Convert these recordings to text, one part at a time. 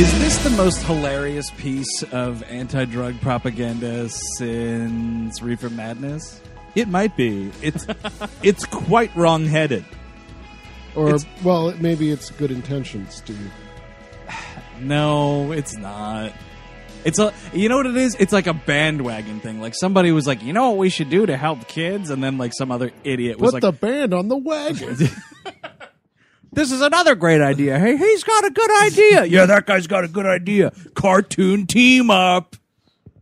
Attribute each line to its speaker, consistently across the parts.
Speaker 1: Is this the most hilarious piece of anti drug propaganda since Reefer Madness? It might be. It's it's quite wrong headed.
Speaker 2: Or
Speaker 1: It's-
Speaker 2: well, maybe it's good intentions, Steve.
Speaker 1: No, it's not. It's a you know what it is? It's like a bandwagon thing. Like somebody was like, you know what we should do to help kids, and then like some other idiot was
Speaker 2: Put
Speaker 1: like,
Speaker 2: the band on the wagon.
Speaker 1: this is another great idea. Hey, he's got a good idea. yeah, that guy's got a good idea. Cartoon team up.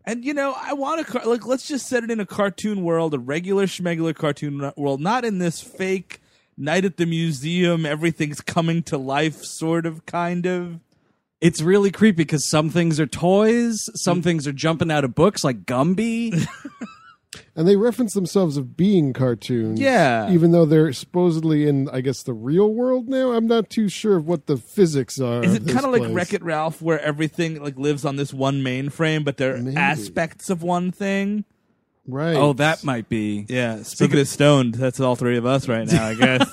Speaker 1: And you know, I want to car- like let's just set it in a cartoon world, a regular schmegular cartoon ro- world, not in this fake night at the museum, everything's coming to life sort of kind of.
Speaker 3: It's really creepy because some things are toys,
Speaker 1: Mm.
Speaker 3: some things are jumping out of books like Gumby.
Speaker 2: and they reference themselves as being cartoons.
Speaker 1: Yeah.
Speaker 2: Even though they're supposedly in, I guess, the real world now. I'm not too sure of what the physics are.
Speaker 1: Is it
Speaker 2: this
Speaker 1: kind of like
Speaker 2: place.
Speaker 1: Wreck It Ralph, where everything like lives on this one mainframe, but they're
Speaker 2: Maybe.
Speaker 1: aspects of one thing?
Speaker 2: Right.
Speaker 3: oh, that might be.
Speaker 1: Yeah. Speaking of stoned, that's all three of us right now, I guess.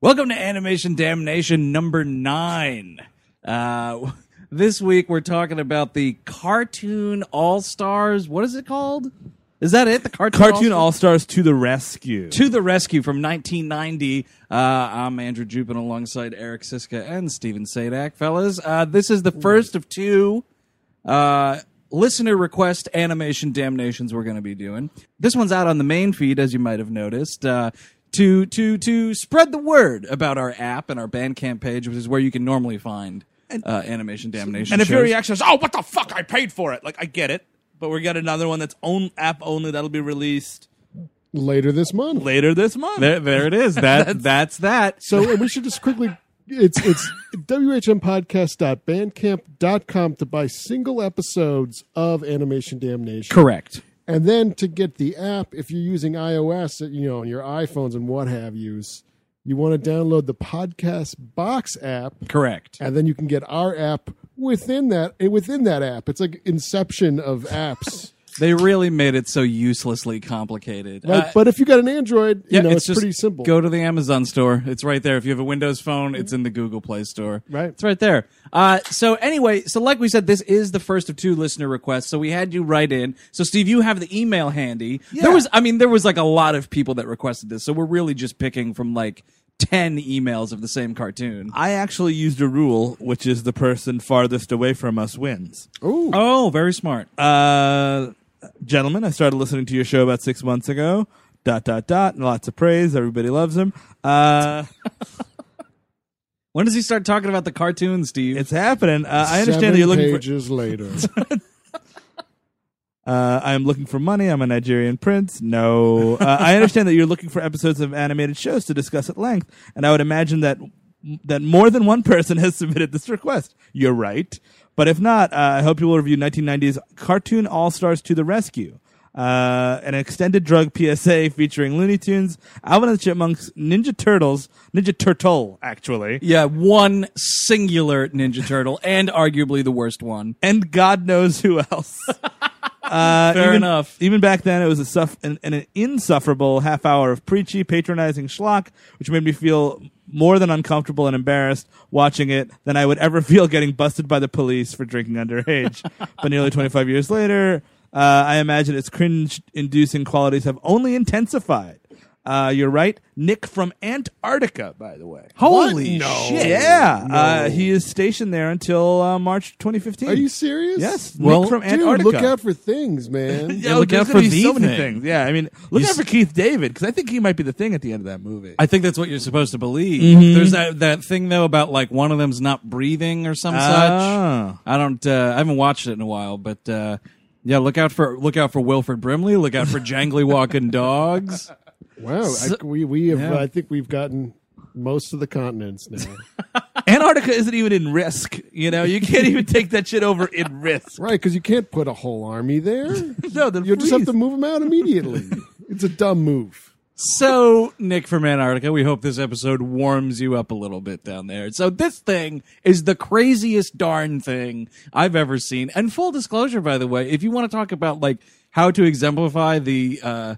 Speaker 3: Welcome to Animation Damnation number nine. Uh, this week we're talking about the Cartoon All Stars. What is it called? Is that it? The Cartoon
Speaker 1: Cartoon
Speaker 3: All-Stars?
Speaker 1: All Stars to the rescue.
Speaker 3: To the Rescue from 1990. Uh, I'm Andrew Jupin alongside Eric Siska and Steven Sadak. Fellas, uh, this is the first of two uh, listener request animation damnations we're going to be doing. This one's out on the main feed, as you might have noticed. Uh, to to to spread the word about our app and our Bandcamp page, which is where you can normally find uh, animation damnation.
Speaker 1: and if
Speaker 3: shows.
Speaker 1: your reaction is, "Oh, what the fuck! I paid for it," like I get it, but we got another one that's own app only that'll be released
Speaker 2: Later this month.
Speaker 1: later this month.
Speaker 3: there, there it is. That that's that.
Speaker 2: So, and we should just quickly. It's it's whmpodcast.bandcamp.com to buy single episodes of Animation Damnation.
Speaker 3: Correct.
Speaker 2: And then to get the app, if you're using iOS, you know, on your iPhones and what have yous, you want to download the podcast box app,
Speaker 3: Correct.
Speaker 2: and then you can get our app within that eh, within that app. It's like inception of apps.
Speaker 3: They really made it so uselessly complicated.
Speaker 2: Like,
Speaker 3: Uh,
Speaker 2: but if you got an Android, you
Speaker 3: yeah,
Speaker 2: know,
Speaker 3: it's
Speaker 2: it's,
Speaker 3: just
Speaker 2: pretty simple.
Speaker 3: Go to the Amazon store. It's right there. If you have a Windows phone, it's in the Google Play Store.
Speaker 2: Right.
Speaker 3: It's right there. Uh, so anyway, so like we said, this is the first of two listener requests. So we had you write in. So Steve, you have the email handy. There was, I mean, there was like a lot of people that requested this. So we're really just picking from like 10 emails of the same cartoon.
Speaker 1: I actually used a rule, which is the person farthest away from us wins.
Speaker 3: Oh, very smart.
Speaker 1: Uh, gentlemen, I started listening to your show about six months ago. Dot dot dot. Lots of praise. Everybody loves him. Uh,
Speaker 3: When does he start talking about the cartoon, Steve?
Speaker 1: it's happening. Uh, I
Speaker 2: Seven
Speaker 1: understand that you're looking for.
Speaker 2: pages later.
Speaker 1: Uh, I'm looking for money. I'm a Nigerian prince. No. Uh, I understand that you're looking for episodes of animated shows to discuss at length, and I would imagine that that more than one person has submitted this request. You're right. But if not, uh, I hope you will review 1990's Cartoon All Stars to the Rescue, uh, an extended drug PSA featuring Looney Tunes, Alvin and the Chipmunks, Ninja Turtles, Ninja Turtle, actually,
Speaker 3: yeah, one singular Ninja Turtle and arguably the worst one.
Speaker 1: and God knows who else.
Speaker 3: Fair
Speaker 1: even,
Speaker 3: enough.
Speaker 1: Even back then, it was a suff- an, an insufferable half hour of preachy, patronizing schlock, which made me feel more than uncomfortable and embarrassed watching it than I would ever feel getting busted by the police for drinking underage. but nearly 25 years later, uh, I imagine its cringe inducing qualities have only intensified. Uh, you're right. Nick from Antarctica, by the way.
Speaker 3: Holy
Speaker 2: No.
Speaker 3: shit!
Speaker 1: Yeah, uh, he is stationed there until uh, March 2015.
Speaker 2: Are you serious?
Speaker 1: Yes,
Speaker 3: Well,
Speaker 1: Nick from
Speaker 2: Dude,
Speaker 1: Antarctica.
Speaker 2: look out for things, man.
Speaker 1: Yeah, oh,
Speaker 3: Yeah, look
Speaker 1: there's
Speaker 3: out
Speaker 1: gonna
Speaker 3: for
Speaker 1: be
Speaker 3: the
Speaker 1: so many
Speaker 3: thing.
Speaker 1: things. Yeah, I mean, look
Speaker 3: You
Speaker 1: out
Speaker 3: s-
Speaker 1: for Keith David because I think he might be the thing at the end of that movie.
Speaker 3: I think that's what you're supposed to believe. There's that, that thing though about like one of them's not breathing or some
Speaker 1: Ah.
Speaker 3: such. I don't. Uh, I haven't watched it in a while, but uh, yeah, look out for look out for Wilfred Brimley. Look out for jangly walking dogs.
Speaker 2: Wow. I, we we have. I think we've gotten most of the continents now.
Speaker 1: Antarctica isn't even in risk. You know, you can't even take that shit over in risk.
Speaker 2: right? Because you can't put a whole army there.
Speaker 1: No, they'll
Speaker 2: You'll just have
Speaker 1: freeze.
Speaker 2: to move them out immediately. it's a dumb move.
Speaker 3: So, Nick from Antarctica, we hope this episode warms you up a little bit down there. So, this thing is the craziest darn thing I've ever seen. And full disclosure, by the way, if you want to talk about like how to exemplify the uh,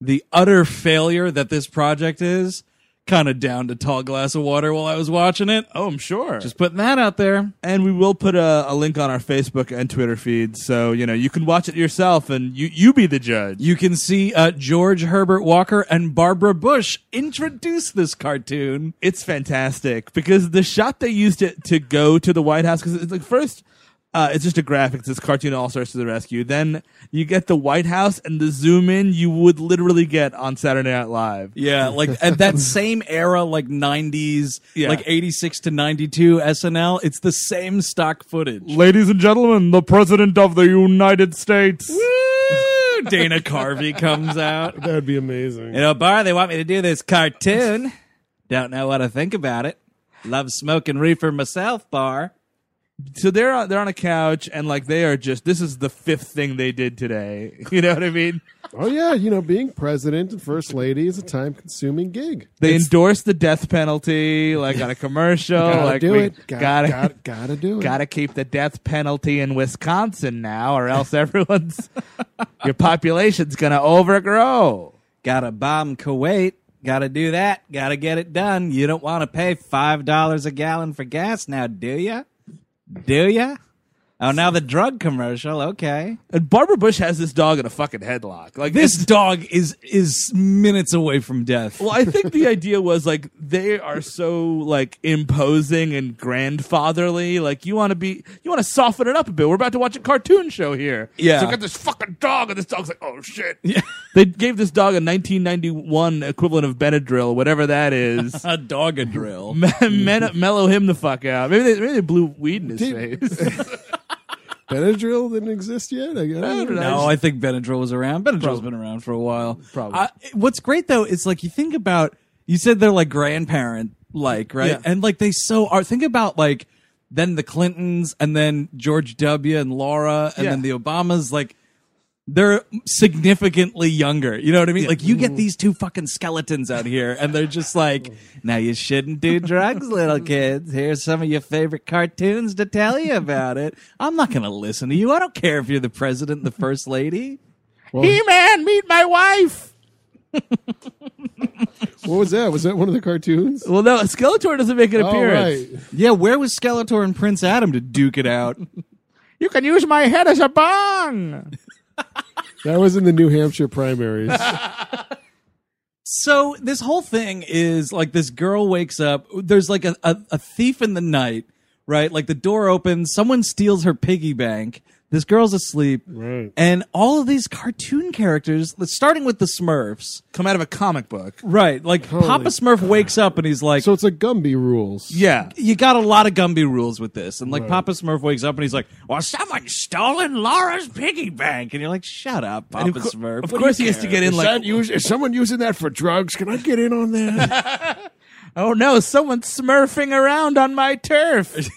Speaker 3: the utter failure that this project is, kind of down to tall glass of water while I was watching it.
Speaker 1: Oh, I'm sure.
Speaker 3: Just putting that out there.
Speaker 1: and we will put a, a link on our Facebook and Twitter feeds, so you know you can watch it yourself and you you be the judge.
Speaker 3: You can see uh, George Herbert Walker and Barbara Bush introduce this cartoon.
Speaker 1: It's fantastic because the shot they used to to go to the White House because it's like first. Uh, it's just a graphic. It's this cartoon all stars to the rescue. Then you get the White House and the zoom in you would literally get on Saturday Night Live.
Speaker 3: Yeah, like at that same era, like '90s,
Speaker 1: Yeah.
Speaker 3: like '86 to '92 SNL. It's the same stock footage.
Speaker 1: Ladies and gentlemen, the President of the United States.
Speaker 3: Dana Carvey comes out.
Speaker 2: That would be amazing.
Speaker 3: You know, Bar, they want me to do this cartoon. Don't know what to think about it. Love smoking reefer myself, Bar.
Speaker 1: So they're on, they're on a couch and like they are just this is the fifth thing they did today. You know what I mean?
Speaker 2: Oh yeah, you know, being president and first lady is a time-consuming gig.
Speaker 1: They endorse the death penalty like on a commercial.
Speaker 2: Gotta
Speaker 1: like
Speaker 2: do
Speaker 1: we
Speaker 2: it. Gotta,
Speaker 1: gotta
Speaker 2: gotta, gotta do it.
Speaker 1: gotta keep the death penalty in Wisconsin now, or else everyone's your population's gonna overgrow.
Speaker 3: Gotta bomb Kuwait. Gotta do that. Gotta get it done. You don't want to pay five dollars a gallon for gas now, do ya? Do ya? Oh, now the drug commercial. Okay.
Speaker 1: And Barbara Bush has this dog in a fucking headlock. Like
Speaker 3: This dog is is minutes away from death.
Speaker 1: Well, I think the idea was like they are so like imposing and grandfatherly. Like you want to be, you want to soften it up a bit. We're about to watch a cartoon show here.
Speaker 3: Yeah.
Speaker 1: So I got this fucking dog, and this dog's like, oh shit. Yeah. They gave this dog a 1991 equivalent of Benadryl, whatever that is.
Speaker 3: A dog a drill.
Speaker 1: Men- mellow him the fuck out. Maybe they, maybe they blew weed in his
Speaker 2: Did-
Speaker 1: face.
Speaker 2: Benadryl didn't exist yet. I, I don't know.
Speaker 3: No, I think Benadryl was around. Benadryl's been around for a while.
Speaker 1: Probably.
Speaker 3: I- what's great though is like you think about you said they're like grandparent like right,
Speaker 1: Yeah.
Speaker 3: and like they so are. Think about like then the Clintons and then George W and Laura and
Speaker 1: Yeah.
Speaker 3: then the Obamas like. They're significantly younger. You know what I mean? Like you get these two fucking skeletons out here and they're just like, now you shouldn't do drugs, little kids. Here's some of your favorite cartoons to tell you about it. I'm not going to listen to you. I don't care if you're the president, and the first lady.
Speaker 1: He man, meet my wife.
Speaker 2: What was that? Was that one of the cartoons?
Speaker 1: Well, no, Skeletor doesn't make an
Speaker 2: All
Speaker 1: appearance.
Speaker 2: right.
Speaker 3: Yeah, where was Skeletor and Prince Adam to duke it out?
Speaker 1: You can use my head as a bong.
Speaker 2: That was in the New Hampshire primaries.
Speaker 3: So this whole thing is like this girl wakes up. There's like a, a, a thief in the night, right? Like the door opens, someone steals her piggy bank. This girl's asleep,
Speaker 2: Right.
Speaker 3: and all of these cartoon characters, starting with the Smurfs,
Speaker 1: Come out of a comic book.
Speaker 3: right? Like Papa Smurf wakes up and he's like,
Speaker 2: so it's like Gumby rules.
Speaker 1: Yeah.
Speaker 3: you got a lot of Gumby rules with this. And like Papa Smurf wakes up and he's like, Well, someone's stolen Laura's piggy bank. And you're like, Shut up, Papa
Speaker 1: of cour-
Speaker 3: Smurf.
Speaker 1: of
Speaker 3: What do
Speaker 1: course
Speaker 3: you
Speaker 1: he has to
Speaker 3: care?"
Speaker 1: get in
Speaker 2: Is,
Speaker 1: like
Speaker 2: that us- is someone using that for drugs? Can I get in on that?
Speaker 1: Oh no, someone's smurfing around on my turf.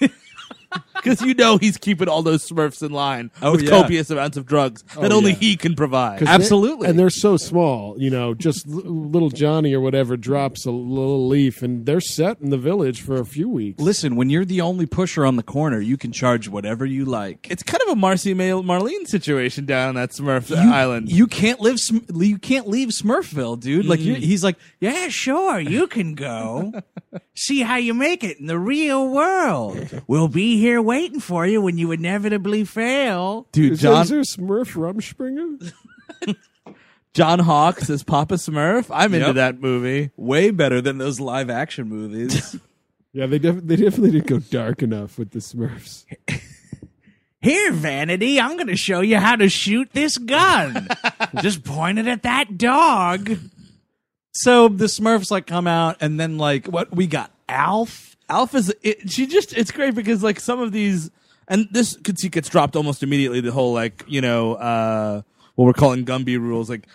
Speaker 1: Because you know he's keeping all those smurfs in line with
Speaker 3: yeah.
Speaker 1: copious amounts of drugs that only
Speaker 2: yeah.
Speaker 1: he can provide.
Speaker 3: Absolutely.
Speaker 2: and they're so small, you know, just l- little Johnny or whatever drops a little leaf and they're set in the village for a few weeks.
Speaker 3: Listen, when you're the only pusher on the corner, you can charge whatever you like.
Speaker 1: It's kind of a Marcy May- Marlene situation down on that Smurf island.
Speaker 3: You can't live. Sm- You can't leave Smurfville, dude. Like you he's like, yeah, sure, you can go. See how you make it in the real world. We'll be here waiting for you when you inevitably fail.
Speaker 1: Dude,
Speaker 2: Is, there-
Speaker 1: John
Speaker 2: is there a Smurf Rumspringer?
Speaker 1: John Hawkes as Papa Smurf. I'm into
Speaker 3: Yep.
Speaker 1: that movie.
Speaker 3: Way better than those live action movies.
Speaker 2: Yeah, they def- they definitely didn't go dark enough with the Smurfs.
Speaker 4: Here, Vanity, I'm going to show you how to shoot this gun. Just point it at that dog.
Speaker 3: so the Smurfs like come out and then like what we got Alf.
Speaker 1: Alpha's it, she just it's great because like some of these and this could see gets dropped almost immediately the whole like you know uh what we're calling Gumby rules like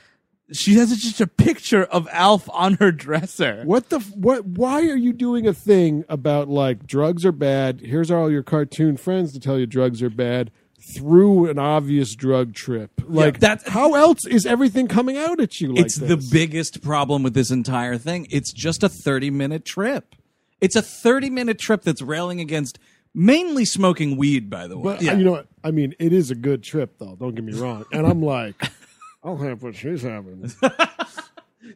Speaker 1: she has just a picture of Alf on her dresser.
Speaker 2: What the f- what? Why are you doing a thing about like drugs are bad? Here's all your cartoon friends to tell you drugs are bad through an obvious drug trip. Like
Speaker 3: that's-
Speaker 2: how else is everything coming out at you? Like
Speaker 3: it's
Speaker 2: this?
Speaker 3: the biggest problem with this entire thing. It's just a 30 minute trip. It's a 30 minute trip that's railing against mainly smoking weed, by the way.
Speaker 2: But you know, what? I mean, it is a good trip, though. Don't get me wrong. And I'm like, I'll have what she's having.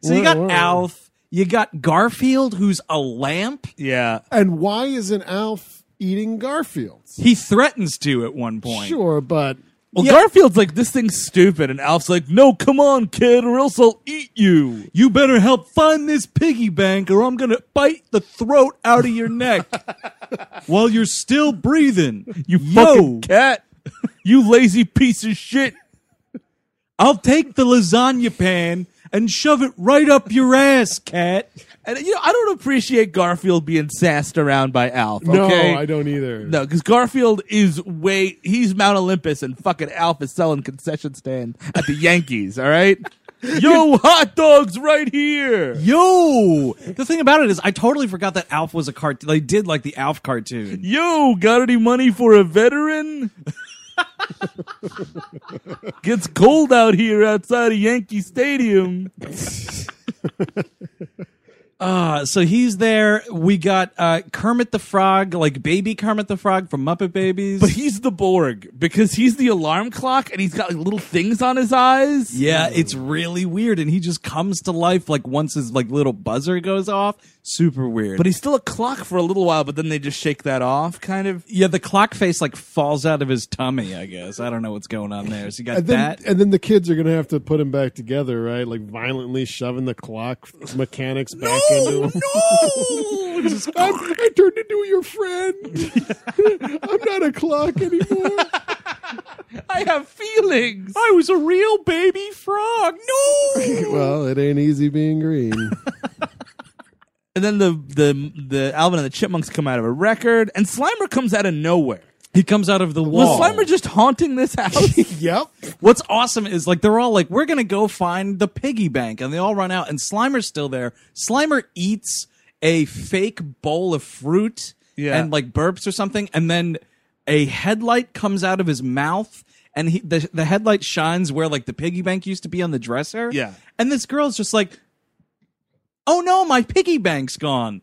Speaker 3: so you got
Speaker 2: Whoa, whoa.
Speaker 3: Alf, you got Garfield, who's a lamp.
Speaker 1: Yeah.
Speaker 2: And why isn't Alf eating Garfield's?
Speaker 3: He threatens to at one point.
Speaker 2: Sure, but
Speaker 1: Well, Garfield's like this thing's stupid, and Alf's like, "No, come on, kid, or else I'll eat you."
Speaker 3: You better help find this piggy bank or I'm going to bite the throat out of your neck while you're still breathing.
Speaker 1: You
Speaker 3: Yo.
Speaker 1: fucking cat. You lazy piece of shit.
Speaker 3: I'll take the lasagna pan and shove it right up your ass, cat.
Speaker 1: And you know, I don't appreciate Garfield being sassed around by Alf.
Speaker 2: no,
Speaker 1: okay?
Speaker 2: I don't either.
Speaker 1: No, because Garfield is way he's Mount Olympus and fucking Alf is selling concession stand at the Yankees, all right? Yo, hot dogs right here.
Speaker 3: Yo! The thing about it is, I totally forgot that Alf was a cartoon. They did like the Alf cartoon.
Speaker 1: Yo, got any money for a veteran? Gets cold out here outside of Yankee Stadium.
Speaker 3: Uh, so he's there. We got uh, Kermit the Frog, like baby Kermit the Frog from Muppet Babies.
Speaker 1: But he's the Borg because he's the alarm clock and he's got like little things on his eyes.
Speaker 3: yeah, it's really weird, and he just comes to life like once his like little buzzer goes off. Super weird.
Speaker 1: But he's still a clock for a little while, but then they just shake that off, kind of.
Speaker 3: yeah, the clock face like falls out of his tummy. I guess I don't know what's going on there. So you got
Speaker 2: And then,
Speaker 3: that.
Speaker 2: and then the kids are going to have to put him back together, right? Like violently shoving the clock mechanics back into him.
Speaker 3: no, Just-
Speaker 2: I'm, I turned into your friend. I'm not a clock anymore.
Speaker 1: I have feelings.
Speaker 3: I was a real baby frog. No.
Speaker 2: well, it ain't easy being green.
Speaker 1: And then the the the Alvin and the Chipmunks come out of a record, and Slimer comes out of nowhere.
Speaker 3: He comes out of the
Speaker 1: Was
Speaker 3: wall.
Speaker 1: Slimer just haunting this house?
Speaker 2: yep.
Speaker 3: What's awesome is like they're all like, we're gonna go find the piggy bank, and they all run out, and Slimer's still there. Slimer eats a fake bowl of fruit
Speaker 1: Yeah.
Speaker 3: and like burps or something, and then a headlight comes out of his mouth. And he, the, the headlight shines where like the piggy bank used to be on the dresser.
Speaker 1: Yeah.
Speaker 3: And this girl's just like, oh no, my piggy bank's gone.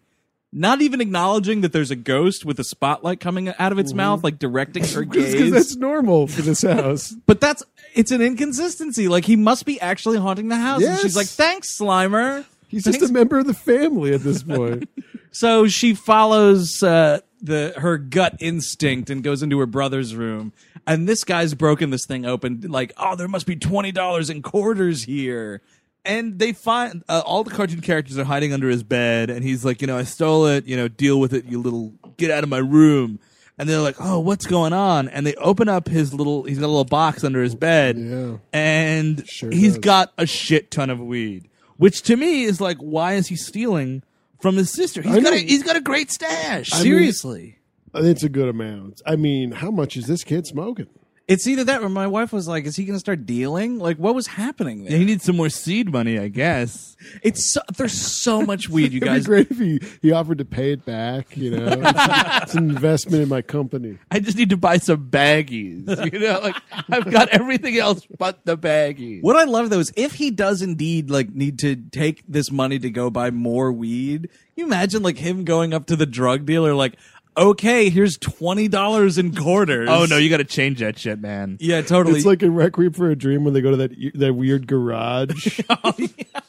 Speaker 3: Not even acknowledging that there's a ghost with a spotlight coming out of
Speaker 1: Mm-hmm.
Speaker 3: its mouth, like directing her gaze.
Speaker 2: Because that's normal for this house.
Speaker 3: But that's it's an inconsistency. Like he must be actually haunting the house. And
Speaker 2: Yes.
Speaker 3: she's like, "Thanks, Slimer."
Speaker 2: He's
Speaker 3: Thanks.
Speaker 2: just a member of the family at this point.
Speaker 3: so she follows uh, the her gut instinct and goes into her brother's room. And this guy's broken this thing open. Like, oh, there must be twenty dollars in quarters here.
Speaker 1: and they find uh, all the cartoon characters are hiding under his bed, and he's like, you know, I stole it. You know, deal with it, you little get out of my room. And they're like, oh, what's going on? And they open up his little. He's got a little box under his bed,
Speaker 2: Yeah.
Speaker 1: and
Speaker 2: Sure
Speaker 1: he's
Speaker 2: does.
Speaker 1: got a shit ton of weed, which to me is like, why is he stealing? From his sister, he's
Speaker 2: I
Speaker 1: got a,
Speaker 2: know.
Speaker 1: he's got a great stash.
Speaker 3: Seriously.
Speaker 2: It's a good amount. I mean, how much is this kid smoking?
Speaker 3: it's either that or my wife was like, is he going to start dealing? Like, what was happening
Speaker 1: Yeah,
Speaker 3: there?
Speaker 1: he needs some more seed money, I guess.
Speaker 3: It's so, there's so much weed, you
Speaker 2: It'd be
Speaker 3: guys.
Speaker 2: great if he, he offered to pay it back. You know, it's, it's an investment in my company.
Speaker 1: I just need to buy some baggies. You know, like I've got everything else but the baggies.
Speaker 3: What I love though is if he does indeed like need to take this money to go buy more weed, you imagine like him going up to the drug dealer like, "Okay, here's twenty dollars in quarters."
Speaker 1: Oh no, you got to change that shit, man.
Speaker 3: yeah, totally.
Speaker 2: It's like in Requiem for a Dream when they go to that that weird garage.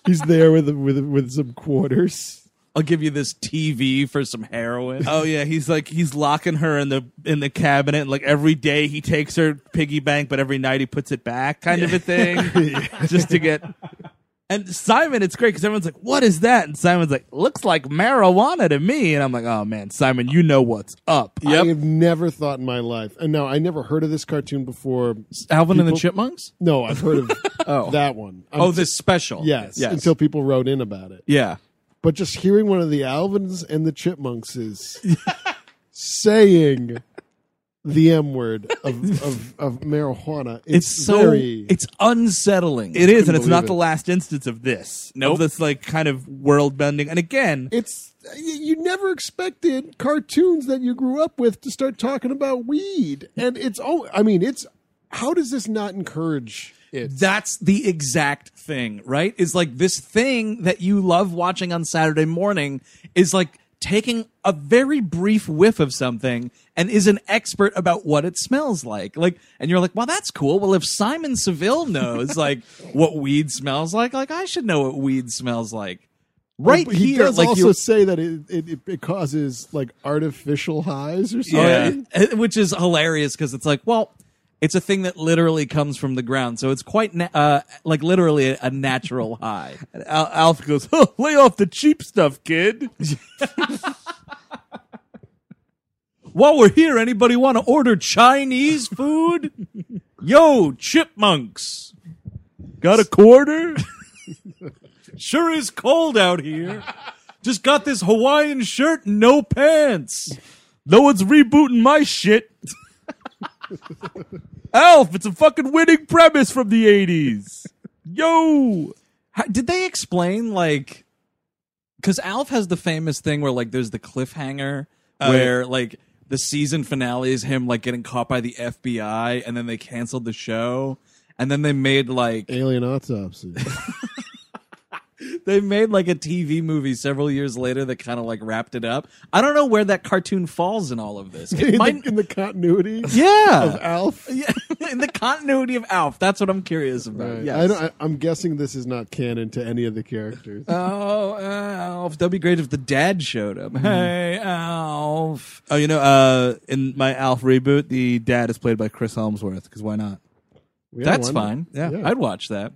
Speaker 2: He's there with with with some quarters.
Speaker 3: I'll give you this TV for some heroin.
Speaker 1: Oh yeah, he's like he's locking her in the in the cabinet. And, like every day he takes her piggy bank, but every night he puts it back, kind of a thing, just to get And Simon, it's great because everyone's like, "What is that?" And Simon's like, "Looks like marijuana to me." And I'm like, "Oh man, Simon, you know what's up."
Speaker 2: I have never thought in my life, and no, I never heard of this cartoon before.
Speaker 3: Alvin and the Chipmunks?
Speaker 2: No, I've heard of that one. I'm
Speaker 3: Oh,
Speaker 2: t-
Speaker 3: this special.
Speaker 2: yes, Until people wrote in about it,
Speaker 3: yeah.
Speaker 2: but just hearing one of the Alvins and the Chipmunks is saying the M word of, of, of marijuana.
Speaker 3: It's
Speaker 2: It's,
Speaker 3: so
Speaker 2: very
Speaker 3: it's unsettling.
Speaker 1: It is, and it's not
Speaker 2: believe
Speaker 1: the
Speaker 2: it.
Speaker 1: last instance of this. No,
Speaker 3: Nope.
Speaker 1: Of this like kind of world bending. And again,
Speaker 2: it's y- you never expected cartoons that you grew up with to start talking about weed, and it's oh, I mean, it's how does this not encourage it?
Speaker 3: That's the exact thing, right? Is like this thing that you love watching on Saturday morning is like taking a very brief whiff of something and is an expert about what it smells like. Like and you're like, "Well, that's cool. Well, if Simon Seville knows like what weed smells like, like I should know what weed smells like." Right
Speaker 2: he
Speaker 3: here
Speaker 2: does
Speaker 3: like
Speaker 2: also
Speaker 3: you're-
Speaker 2: say that it, it it- it causes like artificial highs or something.
Speaker 3: Oh, Yeah. Eh, Which is hilarious because it's like, well, it's a thing that literally comes from the ground. So it's quite, na- uh, like, literally a, a natural high.
Speaker 1: Al- Alf goes, oh, "Lay off the cheap stuff, kid."
Speaker 3: While we're here, anybody want to order Chinese food? Yo, chipmunks.
Speaker 1: Got a quarter?
Speaker 3: Sure is cold out here. Just got this Hawaiian shirt, and no pants.
Speaker 1: no one's rebooting my shit. Alf, it's a fucking winning premise from the '80s. Yo,
Speaker 3: How, did they explain like? Because Alf has the famous thing where like there's the cliffhanger
Speaker 1: Uh,
Speaker 3: where like the season finale is him like getting caught by the FBI and then they canceled the show and then they made like
Speaker 2: Alien autopsy.
Speaker 3: they made like a TV movie several years later that kind of like wrapped it up. I don't know where that cartoon falls in all of this.
Speaker 2: in,
Speaker 3: It might,
Speaker 2: the, in the continuity
Speaker 3: yeah,
Speaker 2: of Alf.
Speaker 3: yeah, in the continuity of Alf. That's what I'm curious about.
Speaker 2: Right.
Speaker 3: Yes.
Speaker 2: I don't, I, I'm guessing this is not canon to any of the characters.
Speaker 3: Oh, Alf. That'd be great if the dad showed up. Hey, Alf.
Speaker 1: Oh, you know, uh, in my Alf reboot, the dad is played by Chris Helmsworth. Because why not?
Speaker 2: We had
Speaker 3: That's
Speaker 2: one.
Speaker 3: fine. Yeah.
Speaker 2: Yeah.
Speaker 3: I'd watch that.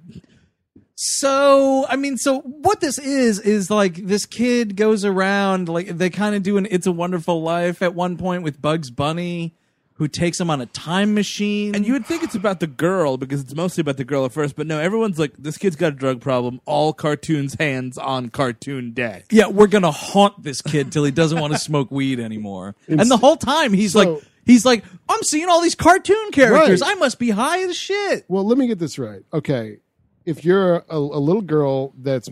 Speaker 3: So, I mean, so what this is is like this kid goes around like they kind of do an It's a Wonderful Life at one point with Bugs Bunny who takes him on a time machine.
Speaker 1: And you would think it's about the girl because it's mostly about the girl at first, but no, everyone's like, this kid's got a drug problem. All cartoons hands on cartoon deck.
Speaker 3: yeah, we're going to haunt this kid till he doesn't want to smoke weed anymore. and the whole time he's
Speaker 2: So-
Speaker 3: like he's like I'm seeing all these cartoon characters.
Speaker 2: Right.
Speaker 3: I must be high as shit.
Speaker 2: Well, let me get this right. Okay, if you're a, a little girl that's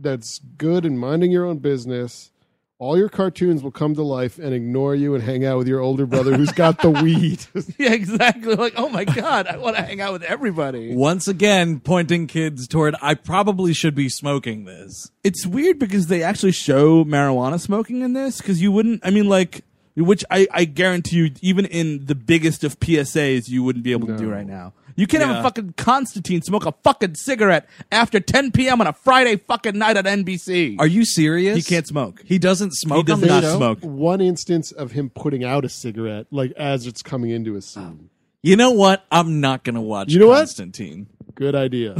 Speaker 2: that's good and minding your own business, all your cartoons will come to life and ignore you and hang out with your older brother who's got the weed.
Speaker 1: Yeah, exactly. Like, oh my god, I want to hang out with everybody.
Speaker 3: Once again pointing kids toward I probably should be smoking this.
Speaker 1: It's weird because they actually show marijuana smoking in this because you wouldn't. I mean, like, which I, I guarantee you, even in the biggest of PSAs, you wouldn't be able to do right now. You can't have
Speaker 3: Yeah.
Speaker 1: a fucking Constantine smoke a fucking cigarette after 10 p.m. on a Friday fucking night on NBC.
Speaker 3: Are you serious?
Speaker 1: He can't smoke.
Speaker 3: He doesn't smoke.
Speaker 1: does
Speaker 3: on
Speaker 1: not
Speaker 3: the show?
Speaker 1: smoke.
Speaker 2: One instance of him putting out a cigarette, like as it's coming into his scene.
Speaker 3: You know what? I'm not gonna watch.
Speaker 2: You know what?
Speaker 3: Constantine.
Speaker 2: Good idea.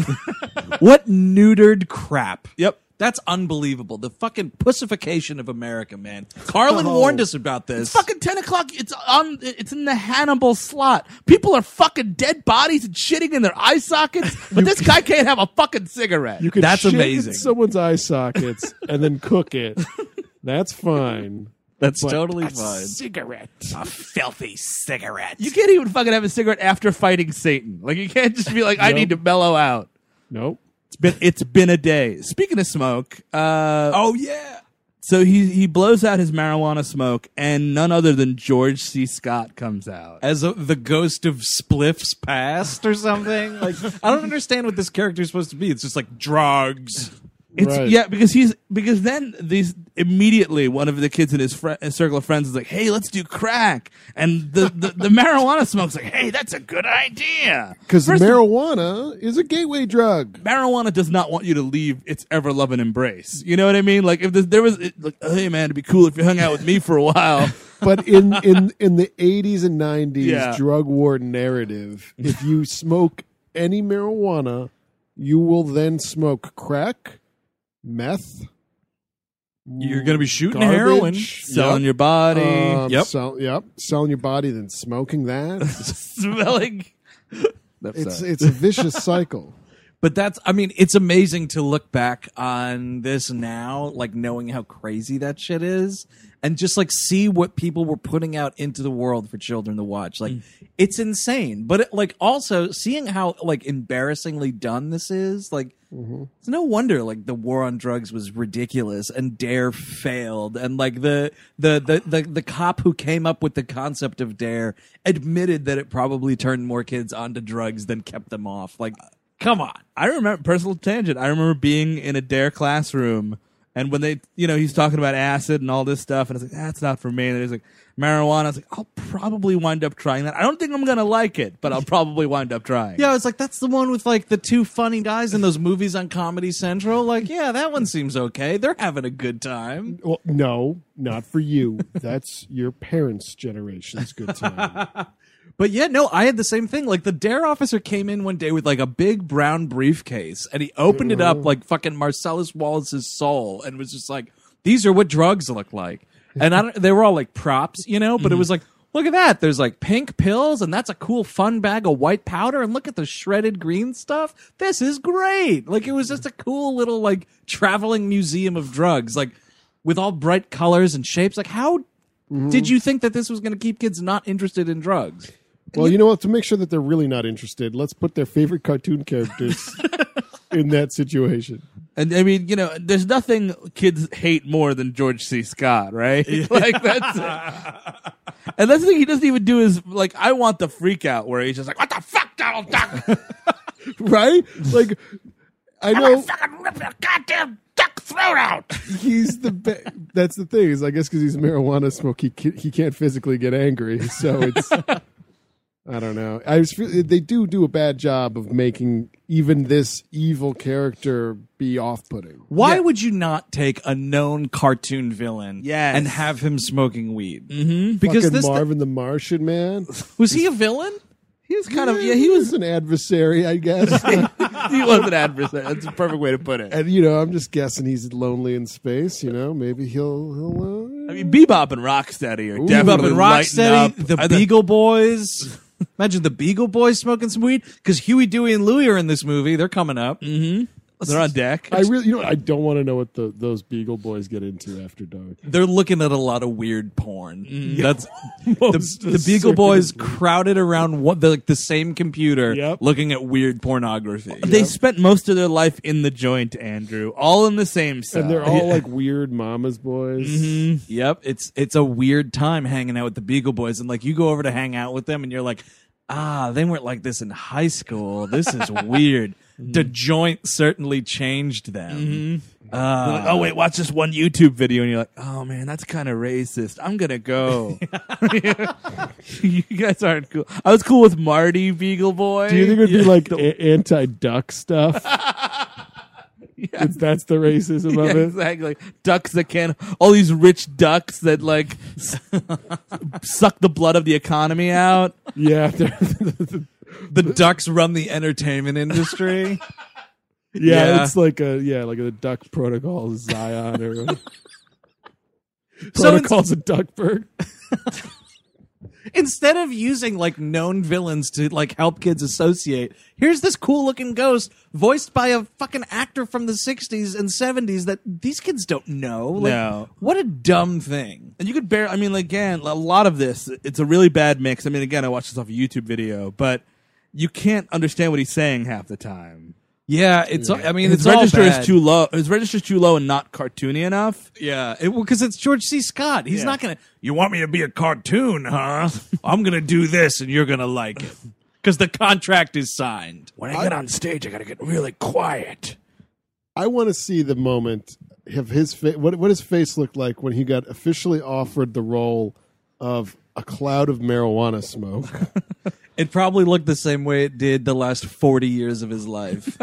Speaker 3: What? neutered crap?
Speaker 1: Yep.
Speaker 3: That's unbelievable. The fucking pussification of America, man. Carlin
Speaker 2: No.
Speaker 1: Oh.
Speaker 3: warned us about this.
Speaker 1: fucking 10 o'clock it's on it's in the hannibal slot people are fucking dead bodies and shitting in their eye sockets but this guy can't have a fucking cigarette
Speaker 2: You could
Speaker 3: That's
Speaker 2: shit in
Speaker 3: amazing.
Speaker 2: someone's eye sockets and then cook it. That's fine.
Speaker 3: That's totally fine.
Speaker 4: cigarette. A filthy cigarette.
Speaker 1: you can't even fucking have a cigarette after fighting satan like you can't just be like i need to mellow out
Speaker 2: Nope.
Speaker 1: it's been it's been a day speaking of smoke uh
Speaker 3: Oh yeah.
Speaker 1: so he he blows out his marijuana smoke and none other than george c scott comes out
Speaker 3: As a, the ghost of Spliff's past or something. Like I don't understand what this character is supposed to be. It's just like drugs.
Speaker 1: It's
Speaker 2: Right.
Speaker 1: yeah, because he's because then these immediately one of the kids in his, fri his circle of friends is like, "Hey, let's do crack," and the the, the marijuana smoke's like, "Hey, that's a good idea."
Speaker 2: Because
Speaker 1: First of-
Speaker 2: marijuana is a gateway drug.
Speaker 1: marijuana does not want you to leave its ever loving embrace. You know what I mean? Like if there, there was it, like, "Hey, man, it'd be cool if you hung out with me for a while."
Speaker 2: But in, in, in the 80s and 90s
Speaker 1: Yeah.
Speaker 2: drug war narrative, if you smoke any marijuana, You will then smoke crack, meth,
Speaker 3: You're going to be shooting
Speaker 2: garbage,
Speaker 3: heroin. Uh,
Speaker 1: selling your body,
Speaker 2: um,
Speaker 3: Yep.
Speaker 2: sell- yep, selling your body, then smoking that.
Speaker 1: smelling.
Speaker 3: That's
Speaker 2: it's
Speaker 3: uh,
Speaker 2: it's a vicious cycle.
Speaker 3: but that's I mean, it's amazing to look back on this now, like knowing how crazy that shit is and just like see what people were putting out into the world for children to watch. Like it's insane. But it, like also seeing how like embarrassingly done this is, like it's no wonder like the war on drugs was ridiculous and Dare failed and like the the the the, the cop who came up with the concept of Dare admitted that it probably turned more kids onto drugs than kept them off. Like come on.
Speaker 1: I remember personal tangent. I remember being in a dare classroom, and when they, you know, he's talking about acid and all this stuff, and I was like, that's not for me. And he's like, marijuana. I was like, I'll probably wind up trying that. I don't think I'm gonna like it, but I'll probably wind up trying.
Speaker 3: Yeah, I was like, that's the one with like the two funny guys in those movies on Comedy Central. Like, yeah, that one seems okay. They're having a good time.
Speaker 2: Well, no, not for you. That's your parents' generation's good time.
Speaker 3: But yeah, no, I had the same thing. Like the dare officer came in one day with like a big brown briefcase and he opened it up like fucking Marcellus Wallace's soul and was just like, these are what drugs look like. And I don't, they were all like props, you know, but it was like, look at that. There's like pink pills and that's a cool fun bag of white powder and look at the shredded green stuff. This is great. Like it was just a cool little like traveling museum of drugs. Like with all bright colors and shapes. Like how did you think that this was going to keep kids not interested in drugs?
Speaker 2: Well, you know what? To make sure that they're really not interested, let's put their favorite cartoon characters in that situation.
Speaker 1: And I mean, you know, there's nothing kids hate more than George C. Scott, right? like that's And that's the thing he doesn't even do is like I want the freak out where he's just like, What the fuck, Donald Duck?
Speaker 2: Right? Like, I know
Speaker 4: Fucking rip your goddamn duck throat out.
Speaker 2: he's the be- that's the thing is I guess because he's a marijuana smoke he ca- he can't physically get angry so it's I don't know I was feel- they do do a bad job of making even this evil character be off putting
Speaker 3: Why would you not take a known cartoon villain
Speaker 1: Yes.
Speaker 3: and have him smoking weed? Mm-hmm. Because
Speaker 2: fucking
Speaker 3: this
Speaker 2: Marvin the Martian man
Speaker 3: was he a villain?
Speaker 1: He was kind of yeah, he was
Speaker 2: an adversary I guess
Speaker 1: he was an adversary. That's a perfect way to put it.
Speaker 2: and you know I'm just guessing he's lonely in space you know maybe he'll he'll uh,
Speaker 1: I mean Bebop and Rocksteady are
Speaker 3: Bebop
Speaker 1: definitely
Speaker 3: and
Speaker 1: lighting
Speaker 3: Rocksteady,
Speaker 1: up.
Speaker 3: the
Speaker 1: I thought-
Speaker 3: Beagle Boys. Imagine the Beagle Boys smoking some weed because Huey, Dewey, and Louie are in this movie. They're coming up.
Speaker 1: they're on deck.
Speaker 2: I really you know what? I don't want to know what the, those Beagle boys get into after dark
Speaker 3: They're looking at a lot of weird porn. That's the,
Speaker 2: Most
Speaker 3: the Beagle Boys crowded around what the, like the same computer,
Speaker 2: Yep.
Speaker 3: looking at weird pornography.
Speaker 1: they spent most of their life in the joint, Andrew, all in the same cell.
Speaker 2: and they're all like weird mama's boys.
Speaker 1: Mm-hmm.
Speaker 3: Yep, it's it's a weird time hanging out with the Beagle Boys, and like you go over to hang out with them, and you're like, ah, they weren't like this in high school. This is weird. The joint certainly changed them.
Speaker 1: They're like, oh wait, watch this one YouTube video, and you're like, oh man, that's kind of racist. I'm gonna go. you guys aren't cool. I was cool with Marty Beagle Boy.
Speaker 2: Do you think it would be like a- anti-duck stuff? If That's the racism of
Speaker 1: Yeah,
Speaker 2: it.
Speaker 1: exactly. Ducks that can all these rich ducks that like s- suck the blood of the economy out.
Speaker 2: Yeah, they're-
Speaker 3: The ducks run the entertainment industry.
Speaker 2: yeah,
Speaker 3: Yeah.
Speaker 2: It's like a yeah, like the duck protocol is Zion or
Speaker 3: So it's-
Speaker 2: protocols a duck bird.
Speaker 3: Instead of using like known villains to like help kids associate, here's this cool looking ghost voiced by a fucking actor from the 60s and 70s that these kids don't know. Like,
Speaker 1: No.
Speaker 3: What a dumb thing.
Speaker 1: And you could bear. I mean, like, again, a lot of this, it's a really bad mix. I mean, again, I watched this off a YouTube video, but you can't understand what he's saying half the time.
Speaker 3: Yeah, it's. I mean, it's
Speaker 1: His
Speaker 3: all
Speaker 1: register
Speaker 3: bad.
Speaker 1: is too low. His register is too low and not cartoony enough.
Speaker 3: Yeah, because it's George C. Scott. He's not gonna.
Speaker 4: You want me to be a cartoon, huh? I'm gonna do this, and you're gonna like it.
Speaker 3: Because the contract is signed.
Speaker 4: When I get on stage, I gotta get really quiet.
Speaker 2: I want to see the moment of his fa- what what his face looked like when he got officially offered the role of a cloud of marijuana smoke.
Speaker 3: It probably looked the same way it did the last forty years of his life.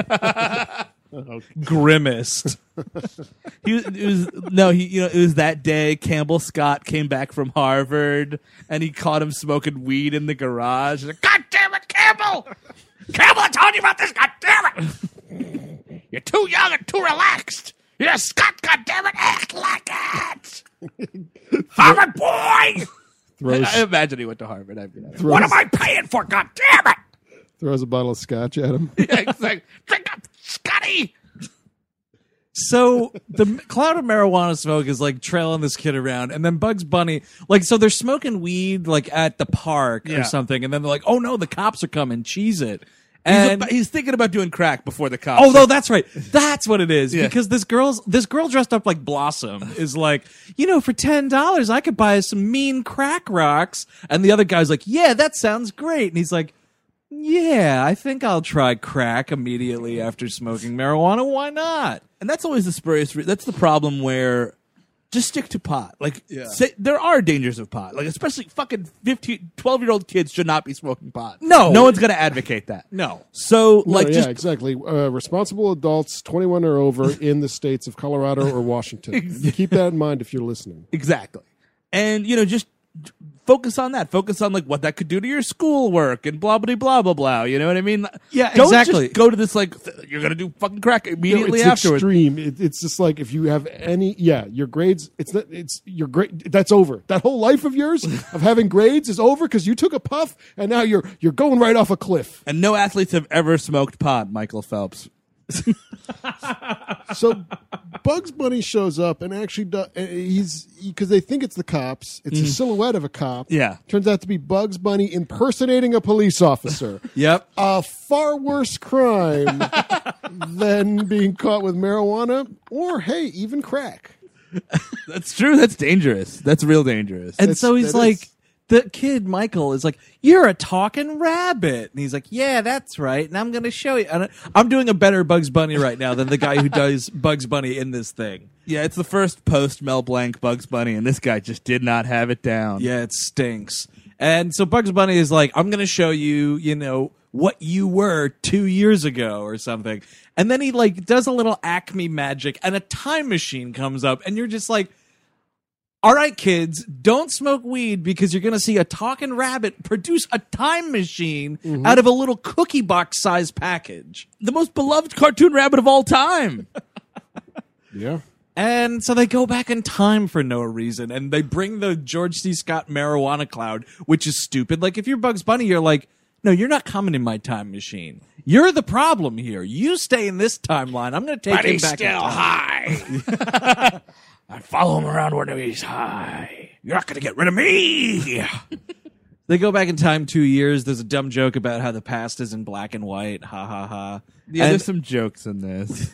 Speaker 3: Grimmest.
Speaker 1: He was, it was no, he you know it was that day Campbell Scott came back from Harvard and he caught him smoking weed in the garage. He's like,
Speaker 4: God damn it, Campbell! Campbell, I told you about this. God damn it!
Speaker 2: throws
Speaker 3: I imagine he went to Harvard. I mean, I don't-
Speaker 2: throws,
Speaker 4: What am I paying for? God damn it!
Speaker 2: throws a bottle of scotch at him.
Speaker 3: Yeah, exactly.
Speaker 4: Drink up, Scotty.
Speaker 3: So the m- cloud of marijuana smoke is like trailing this kid around, and then Bugs Bunny, like, so they're smoking weed like at the park
Speaker 1: Yeah.
Speaker 3: or something, and then they're like, "Oh no, the cops are coming! Cheese it!"
Speaker 1: He's,
Speaker 3: And
Speaker 1: ab- he's thinking about doing crack before the cops.
Speaker 3: oh no, that's right, that's what it is
Speaker 1: Yeah.
Speaker 3: because this girl's this girl dressed up like Blossom is like, you know, for ten dollars I could buy some mean crack rocks, and the other guy's like, "Yeah, that sounds great," and he's like. Yeah, I think I'll try crack immediately after smoking marijuana. Why not?
Speaker 1: and that's always the spurious. Re- that's the problem where just stick to pot. Like, say, there are dangers of pot. Like, especially fucking 15, 12 year old kids should not be smoking pot.
Speaker 3: No.
Speaker 1: no one's gonna advocate that.
Speaker 3: No.
Speaker 1: So,
Speaker 2: Like
Speaker 1: like,
Speaker 2: yeah,
Speaker 1: just
Speaker 2: exactly. Uh, responsible adults, twenty-one or over, in the states of Colorado or Washington. Keep that in mind if you're listening.
Speaker 1: Exactly. And you know, just focus on that. Focus on like what that could do to your schoolwork and blah blah blah blah blah. You know what I mean?
Speaker 3: Yeah,
Speaker 1: Don't
Speaker 3: exactly.
Speaker 1: Just go to this like th- you're gonna do fucking crack immediately
Speaker 2: it's
Speaker 1: afterwards.
Speaker 2: extreme. It, it's just like if you have any, yeah, your grades. It's not. It's your grade. That's over. That whole life of yours of having grades is over because you took a puff and now you're you're going right off a cliff.
Speaker 1: And no athletes have ever smoked pot, Michael Phelps.
Speaker 2: So Bugs Bunny shows up and actually do, uh, he's because they think it's the cops. It's a silhouette of a cop.
Speaker 1: Mm. Yeah.
Speaker 2: turns out to be Bugs Bunny impersonating a police officer.
Speaker 1: Yep.
Speaker 2: a far worse crime than being caught with marijuana or hey even crack
Speaker 1: That's true. That's dangerous. That's real dangerous.
Speaker 3: And so he's
Speaker 2: that
Speaker 3: like,
Speaker 2: is-
Speaker 3: the kid Michael is like, "You're a talking rabbit," and he's like, "Yeah, that's right." And I'm gonna show you. And I- I'm doing a better Bugs Bunny right now than the guy who does Bugs Bunny in this thing.
Speaker 1: yeah, it's the first post Mel Blanc Bugs Bunny, and this guy just did not have it down.
Speaker 3: Yeah, it stinks. And so Bugs Bunny is like, "I'm gonna show you, you know, what you were two years ago or something." And then he like does a little Acme magic, and a time machine comes up, and you're just like. All right, kids, don't smoke weed because you're going to see a talking rabbit produce a time machine out of a little cookie box size package.
Speaker 1: The most beloved cartoon rabbit of all time.
Speaker 2: yeah
Speaker 3: And so they go back in time for no reason and they bring the George C. Scott marijuana cloud, which is stupid. Like, if you're Bugs Bunny, you're like, no, you're not coming in my time machine. You're the problem here. You stay in this timeline. I'm going to take
Speaker 4: But
Speaker 3: him
Speaker 4: he's
Speaker 3: back. in
Speaker 4: still
Speaker 3: time."
Speaker 4: high. I follow him around whenever he's high. You're not going to get rid of me.
Speaker 3: They go back in time two years. There's a dumb joke about how the past is in black and white. Ha ha ha.
Speaker 1: Yeah,
Speaker 3: And-
Speaker 1: there's some jokes in this.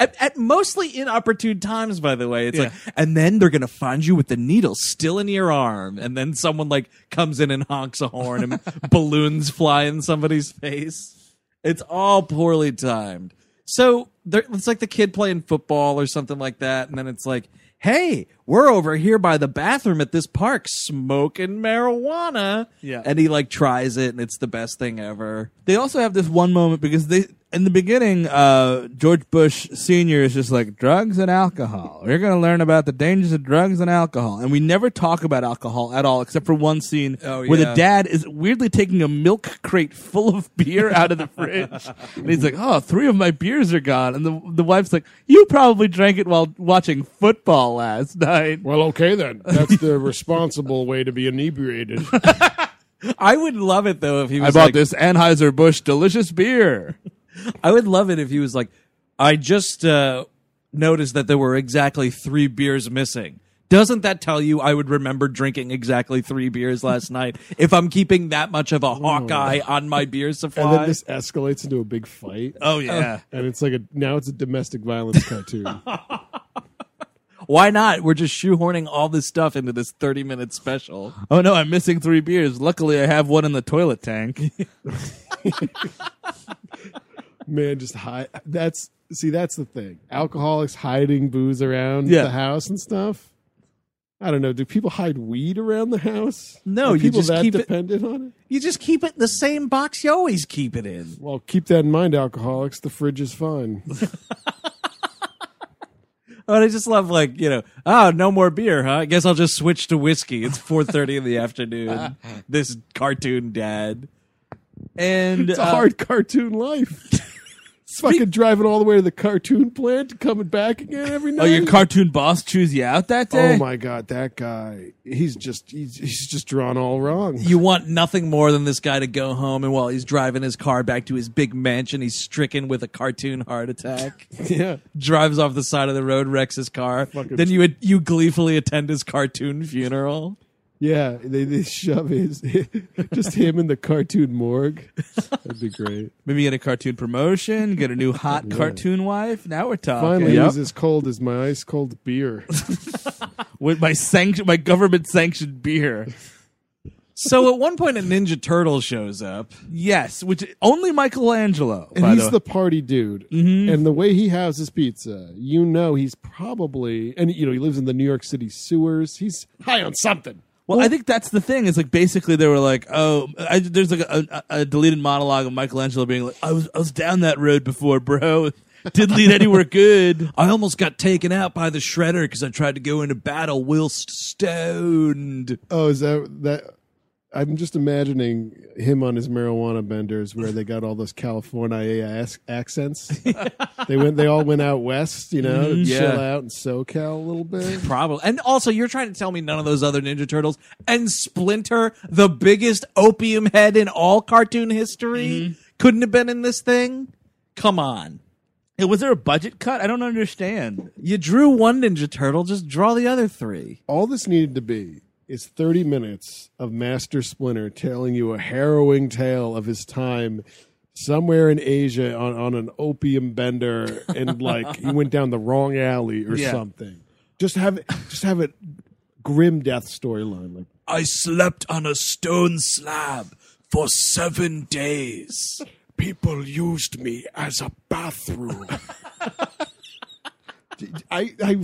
Speaker 3: at, at mostly inopportune times by the way it's like and then they're gonna find you with the needle still in your arm and then someone like comes in and honks a horn and balloons fly in somebody's face it's all poorly timed so there, it's like the kid playing football or something like that and then it's like hey we're over here by the bathroom at this park smoking marijuana
Speaker 1: Yeah.
Speaker 3: and he like tries it and it's the best thing ever
Speaker 1: they also have this one moment because they in the beginning uh, george bush senior is just like drugs and alcohol we're going to learn about the dangers of drugs and alcohol and we never talk about alcohol at all except for one scene
Speaker 3: Oh,
Speaker 1: where the
Speaker 3: yeah.
Speaker 1: dad is weirdly taking a milk crate full of beer out of the fridge and he's like oh three of my beers are gone and the, the wife's like you probably drank it while watching football last night
Speaker 2: well okay then that's the responsible way to be inebriated
Speaker 3: i would love it though if he was
Speaker 1: i bought
Speaker 3: like,
Speaker 1: this anheuser-busch delicious beer
Speaker 3: I would love it if he was like, I just uh, noticed that there were exactly three beers missing. Doesn't that tell you I would remember drinking exactly three beers last night if I'm keeping that much of a Hawkeye on my beer
Speaker 2: and
Speaker 3: supply?
Speaker 2: then this escalates into a big fight
Speaker 1: oh yeah
Speaker 2: and it's like a now it's a domestic violence cartoon
Speaker 3: Why not? We're just shoehorning all this stuff into this 30 minute special.
Speaker 1: Oh no, I'm missing three beers. Luckily, I have one in the toilet tank.
Speaker 2: man just hide that's see that's the thing alcoholics hiding booze around
Speaker 1: Yeah.
Speaker 2: the house and stuff I don't know. Do people hide weed around the house?
Speaker 3: No,
Speaker 2: Are
Speaker 3: you
Speaker 2: people
Speaker 3: just
Speaker 2: that
Speaker 3: keep it-
Speaker 2: dependent on it.
Speaker 3: You just keep it in the same box you always keep it in.
Speaker 2: Well, keep that in mind, alcoholics. The fridge is fine.
Speaker 3: Oh, and I just love like you know. Oh, no more beer, huh? I guess I'll just switch to whiskey. It's four thirty in the afternoon. This cartoon dad.
Speaker 1: And uh,
Speaker 2: It's a hard cartoon life. fucking driving all the way to the cartoon plant, coming back again every night.
Speaker 1: Oh, your cartoon boss choose you out that day?
Speaker 2: Oh my god, that guy! He's just he's, he's just drawn all wrong.
Speaker 3: You want nothing more than this guy to go home, and while he's driving his car back to his big mansion, he's stricken with a cartoon heart attack.
Speaker 2: Yeah,
Speaker 3: Drives off the side of the road, wrecks his car. then you you gleefully attend his cartoon funeral.
Speaker 2: yeah. They, they shove his just him in the cartoon morgue. That'd be great.
Speaker 1: Maybe get a cartoon promotion, get a new hot cartoon wife. Now we're talking.
Speaker 2: Finally,
Speaker 1: Yep.
Speaker 2: he's as cold as my ice cold beer.
Speaker 1: with my sanction, my government sanctioned beer.
Speaker 3: So at one point, a Ninja Turtle shows up.
Speaker 1: Yes, which only Michelangelo.
Speaker 2: And
Speaker 1: by
Speaker 2: he's
Speaker 1: the, Mm-hmm.
Speaker 2: the, party dude. And the way he has his pizza, you know, he's probably and you know he lives in the New York City sewers. He's high on something.
Speaker 1: well, I think that's the thing. Is like basically they were like, oh, I, there's like a, a, a deleted monologue of Michelangelo being like, I was I was down that road before, bro. Didn't lead anywhere good.
Speaker 3: I almost got taken out by the shredder because I tried to go into battle whilst stoned.
Speaker 2: Oh, is that that? I'm just imagining him on his marijuana benders, where they got all those California ac- accents. they went, they all went out west, you know, to
Speaker 1: Mm-hmm.
Speaker 3: Yeah.
Speaker 2: chill out in SoCal a little bit.
Speaker 3: Probably. And also, you're trying to tell me none of those other Ninja Turtles and Splinter, the biggest opium head in all cartoon history, couldn't have been in this thing? Come on.
Speaker 1: Hey, was there a budget cut? I don't understand.
Speaker 3: You drew one Ninja Turtle, just draw the other three.
Speaker 2: All this needed to be is 30 minutes of Master Splinter telling you a harrowing tale of his time somewhere in Asia on, on an opium bender, and like he went down the wrong alley or something. Just have just have a grim death storyline like.
Speaker 3: I slept on a stone slab for seven days.
Speaker 2: People used me as a bathroom. I, I,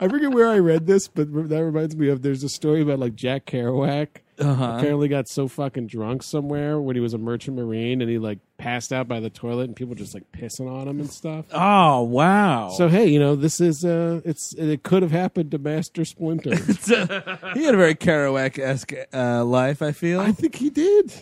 Speaker 2: I forget where I read this, but that reminds me of there's a story about like Jack Kerouac.
Speaker 3: Uh-huh.
Speaker 2: Apparently, got so fucking drunk somewhere when he was a merchant marine, and he like passed out by the toilet, and people just like pissing on him and stuff.
Speaker 3: Oh, wow.
Speaker 2: So hey, you know this is uh, it's it could have happened to Master Splinter.
Speaker 1: He had a very Kerouac esque uh, life. I feel.
Speaker 2: I think he did.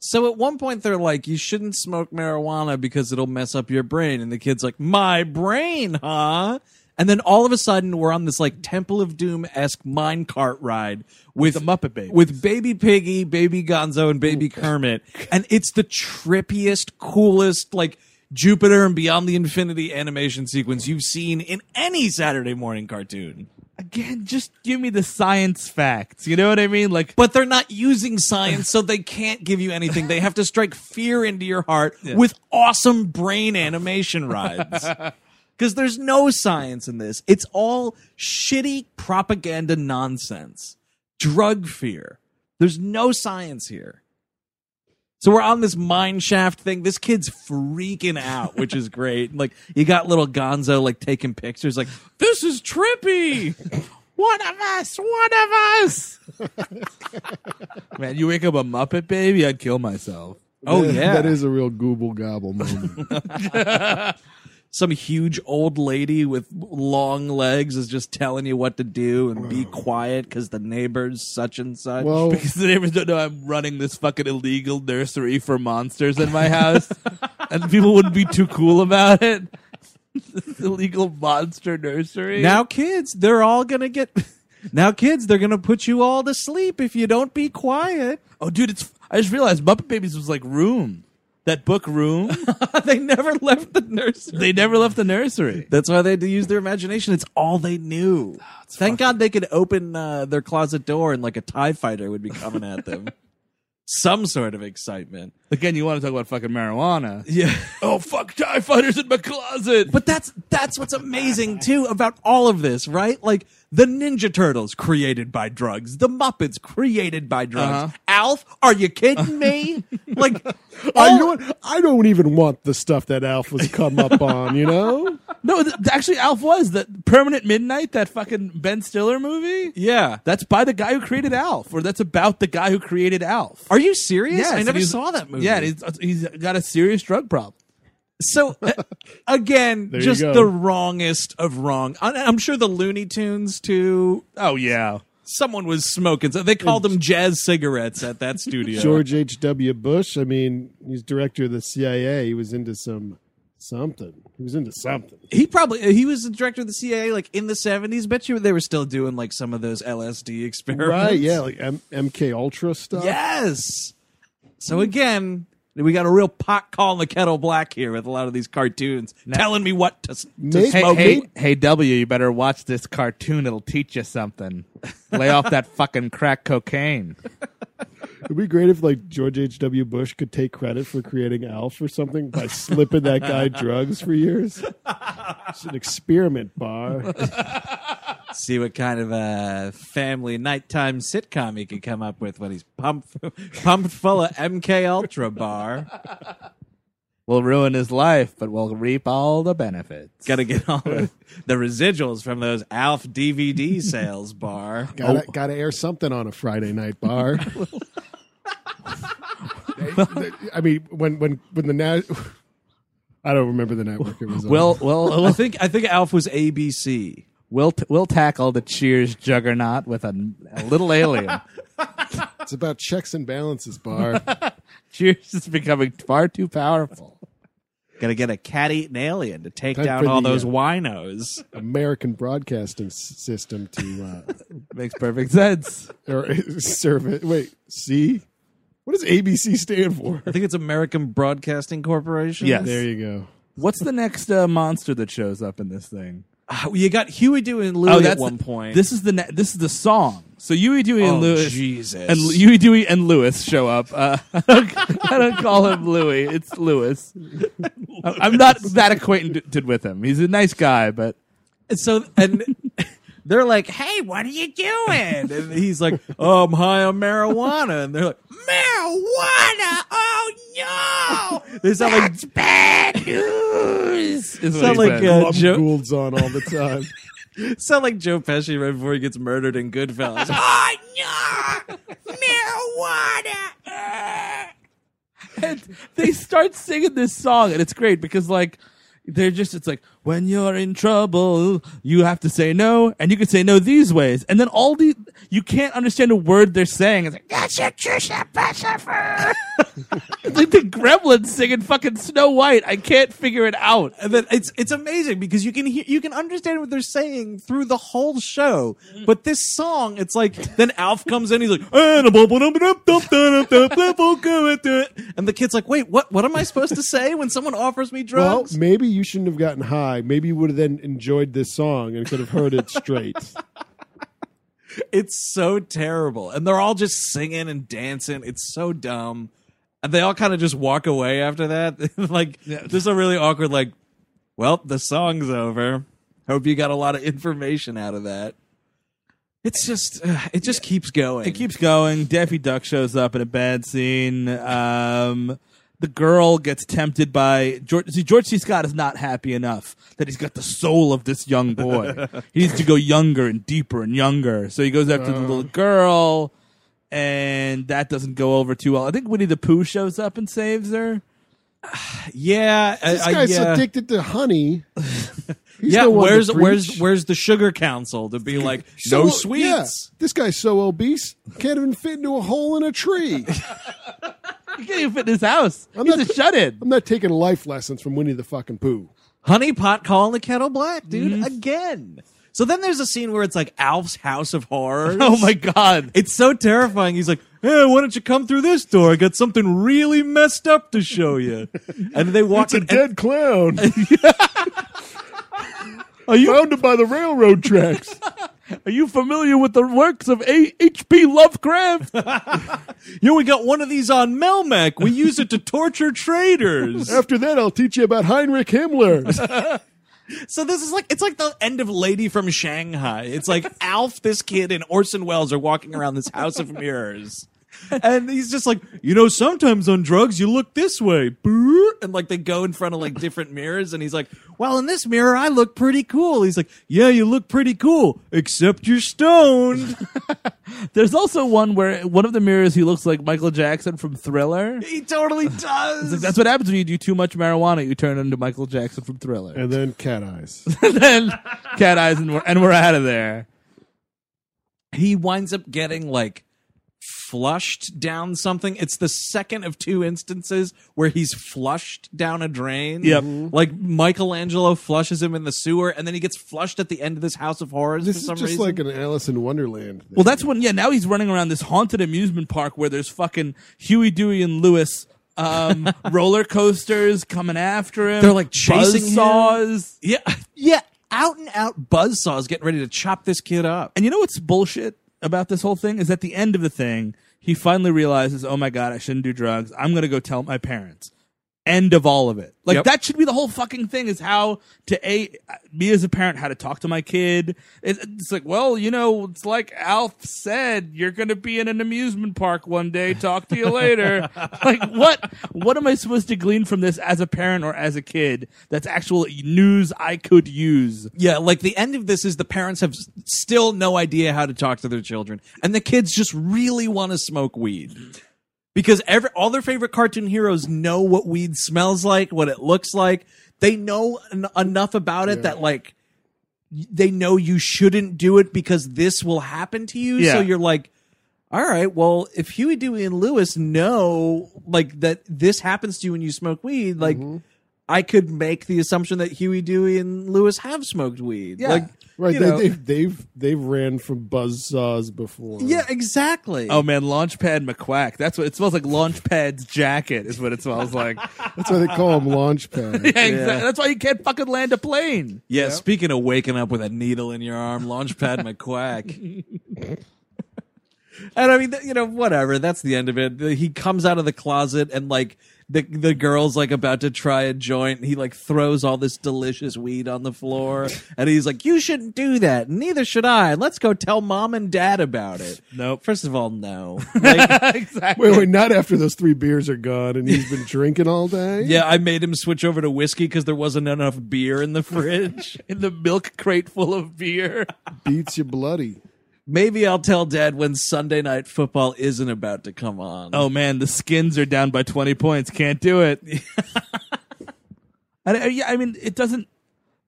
Speaker 3: So at one point they're like, "You shouldn't smoke marijuana because it'll mess up your brain," and the kid's like, "My brain, huh?" And then all of a sudden we're on this like Temple of Doom esque minecart ride with
Speaker 1: The Muppet Babies.
Speaker 3: with Baby Piggy, Baby Gonzo, and Baby Kermit, and it's the trippiest, coolest like. Jupiter and Beyond the Infinity animation sequence you've seen in any Saturday morning cartoon.
Speaker 1: Again, just give me the science facts. You know what I mean? Like,
Speaker 3: but they're not using science, so they can't give you anything. They have to strike fear into your heart with awesome brain animation rides. Because there's no science in this. It's all shitty propaganda nonsense, drug fear. There's no science here. So we're on this mine shaft thing. This kid's freaking out, which is great. Like you got little Gonzo like taking pictures, like this is trippy.
Speaker 1: one of us, one of us. Man, you wake up a Muppet baby, I'd kill myself.
Speaker 3: Oh
Speaker 2: That-
Speaker 3: yeah,
Speaker 2: that is a real gobble gobble moment.
Speaker 3: some huge old lady with long legs is just telling you what to do and be quiet because the neighbors such and such.
Speaker 2: Well,
Speaker 1: Because the neighbors don't know I'm running this fucking illegal nursery for monsters in my house, and people wouldn't be too cool about it. This illegal monster nursery.
Speaker 3: now kids, they're all gonna get. Now kids, they're gonna put you all to sleep if you don't be quiet.
Speaker 1: oh, dude, it's. I just realized Muppet Babies was like Room, that book Room.
Speaker 3: they never left the nursery.
Speaker 1: they never left the nursery.
Speaker 3: That's why they had to use their imagination. It's all they knew. Thank God they could open uh, their closet door and like a Tie Fighter would be coming at them. Some sort of excitement.
Speaker 1: Again, you want to talk about fucking marijuana?
Speaker 3: Yeah.
Speaker 1: Oh fuck, Tie Fighters in my closet.
Speaker 3: But that's that's what's amazing too about all of this, right? Like the Ninja Turtles created by drugs, the Muppets created by drugs.
Speaker 1: Uh-huh.
Speaker 3: Alf, are you kidding me? like,
Speaker 2: I
Speaker 3: all-
Speaker 2: don't, I don't even want the stuff that Alf was come up on. You know.
Speaker 1: No, th- actually, Alf was the Permanent Midnight, that fucking Ben Stiller movie.
Speaker 3: yeah.
Speaker 1: That's by the guy who created Alf, or that's about the guy who created Alf.
Speaker 3: Are you serious? I
Speaker 1: and
Speaker 3: never
Speaker 1: he's-
Speaker 3: saw that movie.
Speaker 1: Yeah, and he's, he's got a serious drug problem.
Speaker 3: so uh, again,
Speaker 2: There you
Speaker 3: just
Speaker 2: go.
Speaker 3: the wrongest of wrong. I, I'm sure the Looney Tunes too.
Speaker 1: Oh yeah,
Speaker 3: someone was smoking. So they called them jazz cigarettes at that studio.
Speaker 2: George H.W. Bush, I mean, he's director of the CIA. He was into some something. He was into something.
Speaker 3: He probably he was the director of the CIA like in the seventies. Bet you they were still doing like some of those LSD experiments.
Speaker 2: Right, yeah, like M- MK Ultra stuff.
Speaker 3: Yes. So again, we got a real pot calling the kettle black here with a lot of these cartoons telling me what to, s- to
Speaker 2: Maybe-
Speaker 3: smoke.
Speaker 2: Hey,
Speaker 1: hey, W, you better watch this cartoon. It'll teach you something. Lay off that fucking crack cocaine.
Speaker 2: It'd be great if like George H.W. Bush could take credit for creating ALF or something by slipping that guy drugs for years. It's an experiment bar.
Speaker 3: See what kind of uh, family nighttime sitcom he could come up with when he's pumped pumped full of MK Ultra bar.
Speaker 1: Will ruin his life, but will reap all the benefits.
Speaker 3: Got to get all the, the residuals from those Alf DVD sales bar.
Speaker 1: Oh.
Speaker 2: Gotta, gotta air something on a Friday night bar. I mean, when when when the now, I don't remember the network it was. on.
Speaker 1: We'll we'll
Speaker 3: I
Speaker 1: we'll,
Speaker 3: think I think Alf was ABC.
Speaker 1: we'll, t- we'll tackle the Cheers juggernaut with a, a little alien.
Speaker 2: it's about checks and balances bar.
Speaker 1: Cheers is becoming far too powerful.
Speaker 3: Got to get a cat-eating alien to take
Speaker 2: Time
Speaker 3: down
Speaker 2: for
Speaker 3: all
Speaker 2: the,
Speaker 3: those
Speaker 2: uh,
Speaker 3: winos.
Speaker 2: American broadcasting s- system to uh,
Speaker 1: Makes perfect sense.
Speaker 2: or serve it. Wait, C. What does ABC stand for?
Speaker 3: I think it's American Broadcasting Corporation.
Speaker 1: Yes.
Speaker 2: There you go.
Speaker 1: What's the next uh, monster that shows up in this thing?
Speaker 3: Ah, well, you got Huey, Dewey, and Louie at one
Speaker 1: Oh, the-
Speaker 3: point.
Speaker 1: This is the ne- this is the song. So Huey Dewey
Speaker 3: Oh,
Speaker 1: and Lewis,
Speaker 3: Jesus.
Speaker 1: and Huey Dewey and Lewis show up. Uh, I, don't, I don't call him Louis; it's Lewis. I- I'm not that acquainted with him. He's a nice guy, but
Speaker 3: And so and they're like, "Hey, what are you doing?" And he's like, "Oh, I'm high on marijuana." And they're like, "Marijuana? Oh no, they sound like bad news."
Speaker 1: is what
Speaker 3: Sound
Speaker 1: he
Speaker 3: like
Speaker 1: said.
Speaker 3: uh,
Speaker 2: Plum
Speaker 3: Joe,
Speaker 2: Gould's on all the time.
Speaker 3: sound like Joe Pesci right before he gets murdered in Goodfellas.
Speaker 1: uh,
Speaker 3: oh no, marijuana. ah."
Speaker 1: And they start singing this song, and it's great because like they're just it's like when you're in trouble, you have to say no, and you can say no these ways, and then all the you can't understand a word they're saying. It's like that's your Trisha Pacifer. It's like the gremlins singing fucking Snow White. I can't figure it out.
Speaker 3: And then it's it's amazing because you can hear you can understand what they're saying through the whole show. But this song, it's like then Alf comes in, he's like, and the kid's like, wait, what what am I supposed to say when someone offers me
Speaker 2: well,
Speaker 3: drugs?
Speaker 2: maybe you shouldn't have gotten high. Maybe you would have then enjoyed this song and could have heard it straight.
Speaker 3: it's so terrible. And they're all just singing and dancing. It's so dumb. And they all kind of just walk away after that. like just a really awkward, like, well, the song's over. Hope you got a lot of information out of that. It's just uh, it just keeps going.
Speaker 1: It keeps going. Daffy Duck shows up in a bad scene. Um, the girl gets tempted by George. See, George C. Scott is not happy enough that he's got the soul of this young boy. he needs to go younger and deeper and younger. So he goes after
Speaker 2: Oh.
Speaker 1: the little girl, and that doesn't go over too well. I think Winnie the Pooh shows up and saves her.
Speaker 3: yeah, I-
Speaker 2: This
Speaker 3: I-
Speaker 2: guy's
Speaker 3: yeah.
Speaker 2: addicted to honey. He's
Speaker 3: yeah,
Speaker 2: the one to
Speaker 3: where's where's
Speaker 2: preach.
Speaker 3: where's the sugar council to be like
Speaker 2: So-
Speaker 3: no
Speaker 2: yeah,
Speaker 3: sweets?
Speaker 2: this guy's so obese, can't even fit into a hole in a tree.
Speaker 1: He can't even fit in his house. he's
Speaker 2: not-
Speaker 1: a shut-in.
Speaker 2: I'm not taking life lessons from Winnie the fucking Pooh.
Speaker 3: Honey pot calling the kettle black, dude,
Speaker 2: Mm-hmm.
Speaker 3: again. So then there's a scene where it's like Alf's House of Horrors.
Speaker 1: Oh my god.
Speaker 3: It's so terrifying. He's like, "Hey, why don't you come through this door? I got something really messed up to show you." And they walk in. and-
Speaker 2: clown
Speaker 1: Are you
Speaker 2: founded by the railroad tracks.
Speaker 1: are you familiar with the works of A- H.P. Lovecraft?
Speaker 3: Yo, we got one of these on Melmac. We use it to torture traitors.
Speaker 2: After that, I'll teach you about Heinrich Himmler.
Speaker 3: So this is like it's like the end of Lady from Shanghai. It's like Alf, this kid, and Orson Welles are walking around this house of mirrors. And he's just like, you know, sometimes on drugs you look this way. Brrr. And like they go in front of like different mirrors and he's like, Well, in this mirror I look pretty cool. He's like, Yeah, you look pretty cool, except you're stoned.
Speaker 1: There's also one where one of the mirrors he looks like Michael Jackson from Thriller.
Speaker 3: he totally does.
Speaker 1: That's what happens when you do too much marijuana. You turn into Michael Jackson from Thriller.
Speaker 2: and then cat eyes.
Speaker 1: And then cat eyes, and we're, and we're out of there.
Speaker 3: he winds up getting like flushed down something. It's the second of two instances where he's flushed down a drain.
Speaker 1: Yep.
Speaker 3: Like Michelangelo flushes him in the sewer and then he gets flushed at the end of this house of horrors
Speaker 2: This
Speaker 3: for
Speaker 2: is
Speaker 3: some
Speaker 2: just
Speaker 3: reason.
Speaker 2: like an Alice in Wonderland. Thing.
Speaker 1: Well, that's when yeah. Now he's running around this haunted amusement park where there's fucking Huey, Dewey, and Lewis um, roller coasters coming after him.
Speaker 3: They're, like, chasing him.
Speaker 1: saws.
Speaker 3: yeah. Yeah. Out and out buzzsaws getting ready to chop this kid up.
Speaker 1: And you know what's bullshit about this whole thing is at the end of the thing, he finally realizes, oh my god, I shouldn't do drugs. I'm gonna go tell my parents. End of all of it. Like
Speaker 3: Yep.
Speaker 1: that should be the whole fucking thing is how to a me as a parent how to talk to my kid. It, it's like, well, you know, it's like Alf said, you're gonna be in an amusement park one day. Talk to you later. like what? What am I supposed to glean from this as a parent or as a kid? That's actual news I could use.
Speaker 3: Yeah, like the end of this is the parents have s- still no idea how to talk to their children, and the kids just really want to smoke weed because every all their favorite cartoon heroes know what weed smells like, what it looks like. They know en- enough about it that like y- they know you shouldn't do it because this will happen to you. So
Speaker 1: Yeah.
Speaker 3: you're like. All right. Well, if Huey, Dewey, and Lewis know like that this happens to you when you smoke weed, like I could make the assumption that Huey, Dewey, and Lewis have smoked weed. Yeah. Like,
Speaker 2: right?
Speaker 3: you
Speaker 2: They,
Speaker 3: know.
Speaker 2: they've they've they've ran from buzz saws before.
Speaker 3: yeah, exactly.
Speaker 1: Oh man, Launchpad McQuack. That's what it smells like. Launchpad's jacket is what it smells like.
Speaker 2: that's why they call them launchpad.
Speaker 1: Yeah, exactly. That's why you can't fucking land a plane.
Speaker 3: yeah, speaking of waking up with a needle in your arm, Launchpad McQuack. and I mean, th- you know, whatever. That's the end of it. The- He comes out of the closet and like the the girl's like about to try a joint. He like throws all this delicious weed on the floor, and he's like, "You shouldn't do that. Neither should I. Let's go tell mom and dad about it."
Speaker 1: Nope.
Speaker 3: First of all, no. Like,
Speaker 1: exactly.
Speaker 2: Wait, wait, not after those three beers are gone and he's been drinking all day.
Speaker 3: Yeah, I made him switch over to whiskey because there wasn't enough beer in the fridge.
Speaker 1: In the milk crate full of beer.
Speaker 2: beats you bloody.
Speaker 3: Maybe I'll tell Dad when Sunday night football isn't about to come on.
Speaker 1: Oh man, the skins are down by twenty points. Can't do it. and uh, yeah, I mean, it doesn't.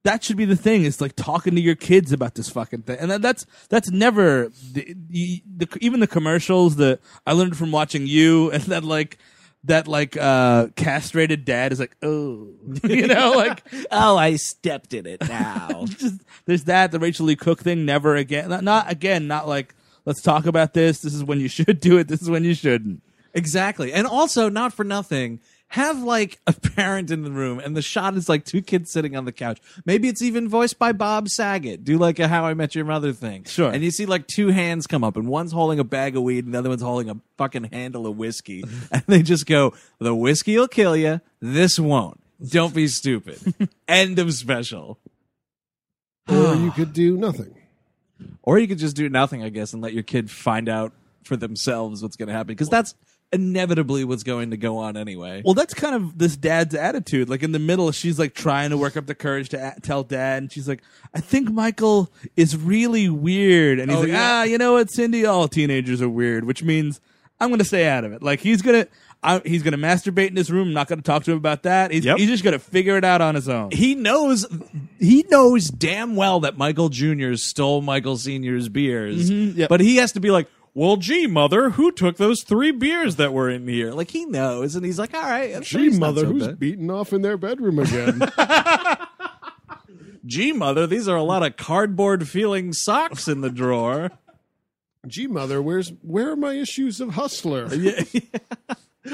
Speaker 1: That should be the thing. It's like talking to your kids about this fucking thing, and that- that's that's never the, the, the even the commercials that I learned from watching you, and then like that like uh castrated dad is like oh you know like
Speaker 3: oh I stepped in it now.
Speaker 1: just there's that the Rachel Lee Cook thing. Never again. Not, not again. Not like let's talk about this. This is when you should do it. This is when you shouldn't.
Speaker 3: exactly. And also, not for nothing, have like a parent in the room, and the shot is like two kids sitting on the couch. Maybe it's even voiced by Bob Saget. Do like a How I Met Your Mother thing.
Speaker 1: Sure.
Speaker 3: And you see like two hands come up, and one's holding a bag of weed, and the other one's holding a fucking handle of whiskey. and they just go, The whiskey will kill you. This won't. Don't be stupid. End of special.
Speaker 2: Or you could do nothing.
Speaker 3: or you could just do nothing i guess and let your kid find out for themselves what's going to happen because that's inevitably what's going to go on anyway
Speaker 1: Well, that's kind of this dad's attitude. Like in the middle, she's like trying to work up the courage to a- tell dad, and she's like, "I think Michael is really weird." And he's
Speaker 3: Oh,
Speaker 1: like,
Speaker 3: yeah.
Speaker 1: "Ah, you know what, Cindy? All teenagers are weird," which means I'm going to stay out of it. Like he's gonna, I, he's gonna masturbate in his room. I'm not going to talk to him about that. He's,
Speaker 3: Yep.
Speaker 1: he's just going to figure it out on his own.
Speaker 3: he knows he knows damn well that michael jr stole michael senior's beers
Speaker 2: Mm-hmm,
Speaker 1: yep.
Speaker 3: but he has to be like well gee mother who took those three beers that were in here like he knows and he's like all right I'm sure
Speaker 2: Gee,
Speaker 3: he's not
Speaker 2: mother,
Speaker 3: so
Speaker 2: who's
Speaker 3: bad.
Speaker 2: beating off in their bedroom again?
Speaker 3: gee mother these are a lot of cardboard feeling socks in the drawer
Speaker 2: Gee, mother, where's where are my issues of Hustler?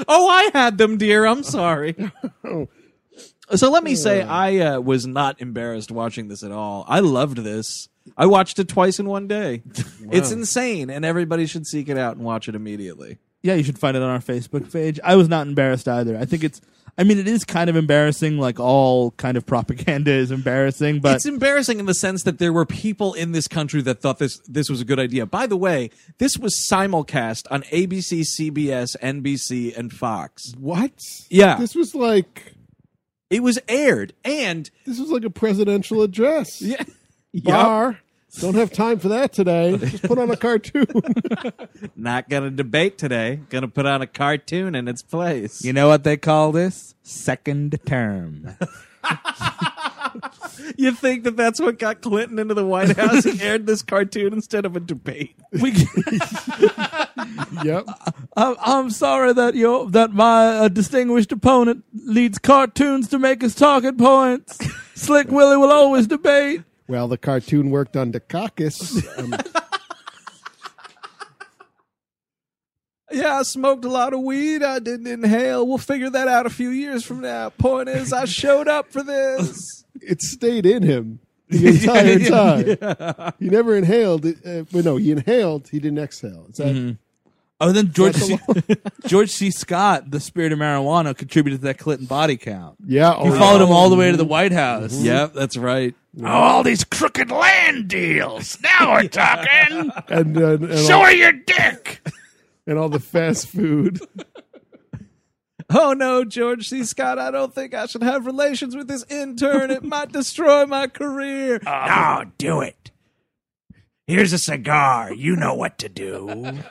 Speaker 3: Oh, I had them, dear. I'm sorry. so let me say, I uh, was not embarrassed watching this at all. I loved this. I watched it twice in one day. It's insane, and everybody should seek it out and watch it immediately.
Speaker 1: yeah, you should find it on our Facebook page. I was not embarrassed either. I think it's. I mean, it is kind of embarrassing. Like all kind of propaganda is embarrassing, but
Speaker 3: it's embarrassing in the sense that there were people in this country that thought this this was a good idea. By the way, this was simulcast on ABC, CBS, NBC, and Fox.
Speaker 2: What?
Speaker 3: Yeah.
Speaker 2: This was like
Speaker 3: It was aired, and
Speaker 2: this was like a presidential address.
Speaker 3: yeah,
Speaker 2: Bar. Don't have time for that today. Just put on a cartoon.
Speaker 3: not gonna debate today. Gonna put on a cartoon in its place.
Speaker 1: You know what they call this? Second term.
Speaker 3: You think that that's what got Clinton into the White House? He aired this cartoon instead of a debate.
Speaker 1: We,
Speaker 2: Yep.
Speaker 1: I'm, I'm sorry that your that my uh, distinguished opponent leads cartoons to make his target points. Slick Willie will always debate.
Speaker 2: Well, the cartoon worked on Dukakis. Um,
Speaker 3: Yeah, I smoked a lot of weed. I didn't inhale. We'll figure that out a few years from now. Point is, I showed up for this.
Speaker 2: it stayed in him the entire time. He never inhaled. It, uh, well, no, he inhaled. He didn't exhale. It's that,
Speaker 3: Mm-hmm.
Speaker 1: Oh, then George C. George C. Scott, the spirit of marijuana, contributed to that Clinton body count. Mm-hmm.
Speaker 2: Yeah.
Speaker 1: He
Speaker 2: oh,
Speaker 1: followed him all the way to the White House. Oh,
Speaker 3: yep, that's right.
Speaker 4: all these crooked land deals. Now we're talking.
Speaker 2: and, uh, and,
Speaker 4: Show
Speaker 2: all,
Speaker 4: her your dick.
Speaker 2: and all the fast food.
Speaker 3: Oh no, George C. Scott, I don't think I should have relations with this intern. It might destroy my
Speaker 4: Um,
Speaker 3: career.
Speaker 4: No, do it. Here's a cigar. You know what to do.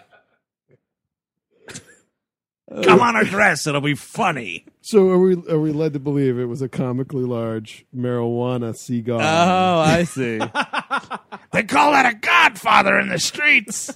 Speaker 4: Come on her dress. It'll be funny.
Speaker 2: So are we? Are we led to believe it was a comically large marijuana cigar?
Speaker 3: Uh-huh.
Speaker 1: Oh, I see.
Speaker 4: They call that a godfather in the streets.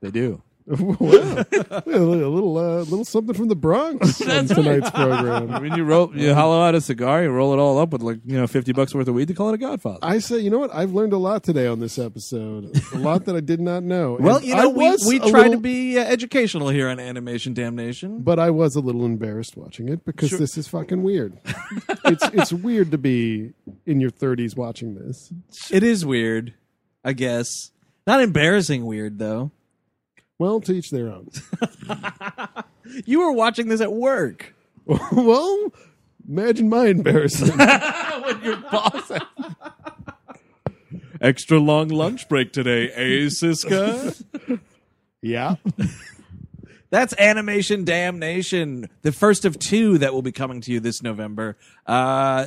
Speaker 1: they do.
Speaker 2: wow. Yeah, a little, a little, uh, little something from the Bronx on tonight's program.
Speaker 1: When you roll, you hollow out a cigar, you roll it all up with like you know fifty bucks worth of weed. They call it a Godfather.
Speaker 2: I say, you know what? I've learned a lot today on this episode. A lot that I did not know.
Speaker 3: Well,
Speaker 2: And
Speaker 3: you
Speaker 2: I
Speaker 3: know, we,
Speaker 2: was
Speaker 3: we
Speaker 2: a
Speaker 3: tried to
Speaker 2: little-
Speaker 3: be uh, educational here on Animation Damnation.
Speaker 2: but I was a little embarrassed watching it because this is fucking weird. it's it's weird to be in your 30s watching this.
Speaker 3: It is weird, I guess. Not embarrassing weird, though.
Speaker 2: Well, to each their own.
Speaker 3: You were watching this at work.
Speaker 2: well, imagine my embarrassment.
Speaker 3: Extra long lunch break today, eh, Siska?
Speaker 2: yeah.
Speaker 3: That's Animation Damnation, the first of two that will be coming to you this November. Uh,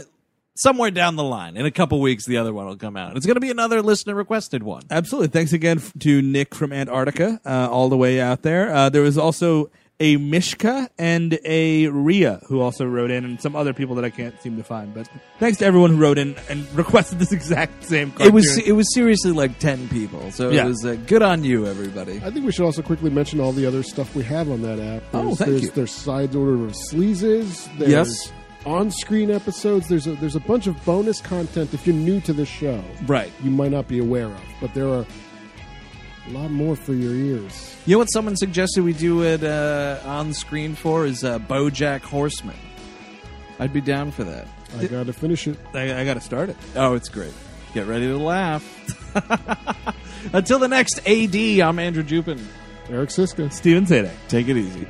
Speaker 3: somewhere down the line, in a couple weeks, the other one will come out. It's going to be another listener requested one.
Speaker 1: Absolutely. Thanks again f- to Nick from Antarctica, uh, all the way out there. Uh, there was also a Mishka and a Ria who also wrote in, and some other people that I can't seem to find. But thanks to everyone who wrote in and requested this exact same cartoon.
Speaker 3: It was it was seriously like ten people, so
Speaker 1: Yeah.
Speaker 3: it was uh, good on you, everybody.
Speaker 2: I think we should also quickly mention all the other stuff we have on that app.
Speaker 3: Oh, thank
Speaker 2: there's,
Speaker 3: you.
Speaker 2: There's sides order of sleezes. There's
Speaker 3: Yes.
Speaker 2: On-screen episodes. There's a, there's a bunch of bonus content if you're new to this show.
Speaker 3: Right.
Speaker 2: You might not be aware of, but there are a lot more for your ears.
Speaker 3: You know what someone suggested we do it uh, on screen for is uh, BoJack Horseman. I'd be down for that.
Speaker 2: I got to finish it.
Speaker 1: I, I got to start it.
Speaker 3: Oh, it's great. Get ready to laugh. Until the next AD, I'm Andrew Jupin.
Speaker 2: Eric Siska.
Speaker 1: Steven Zadek.
Speaker 3: Take it easy.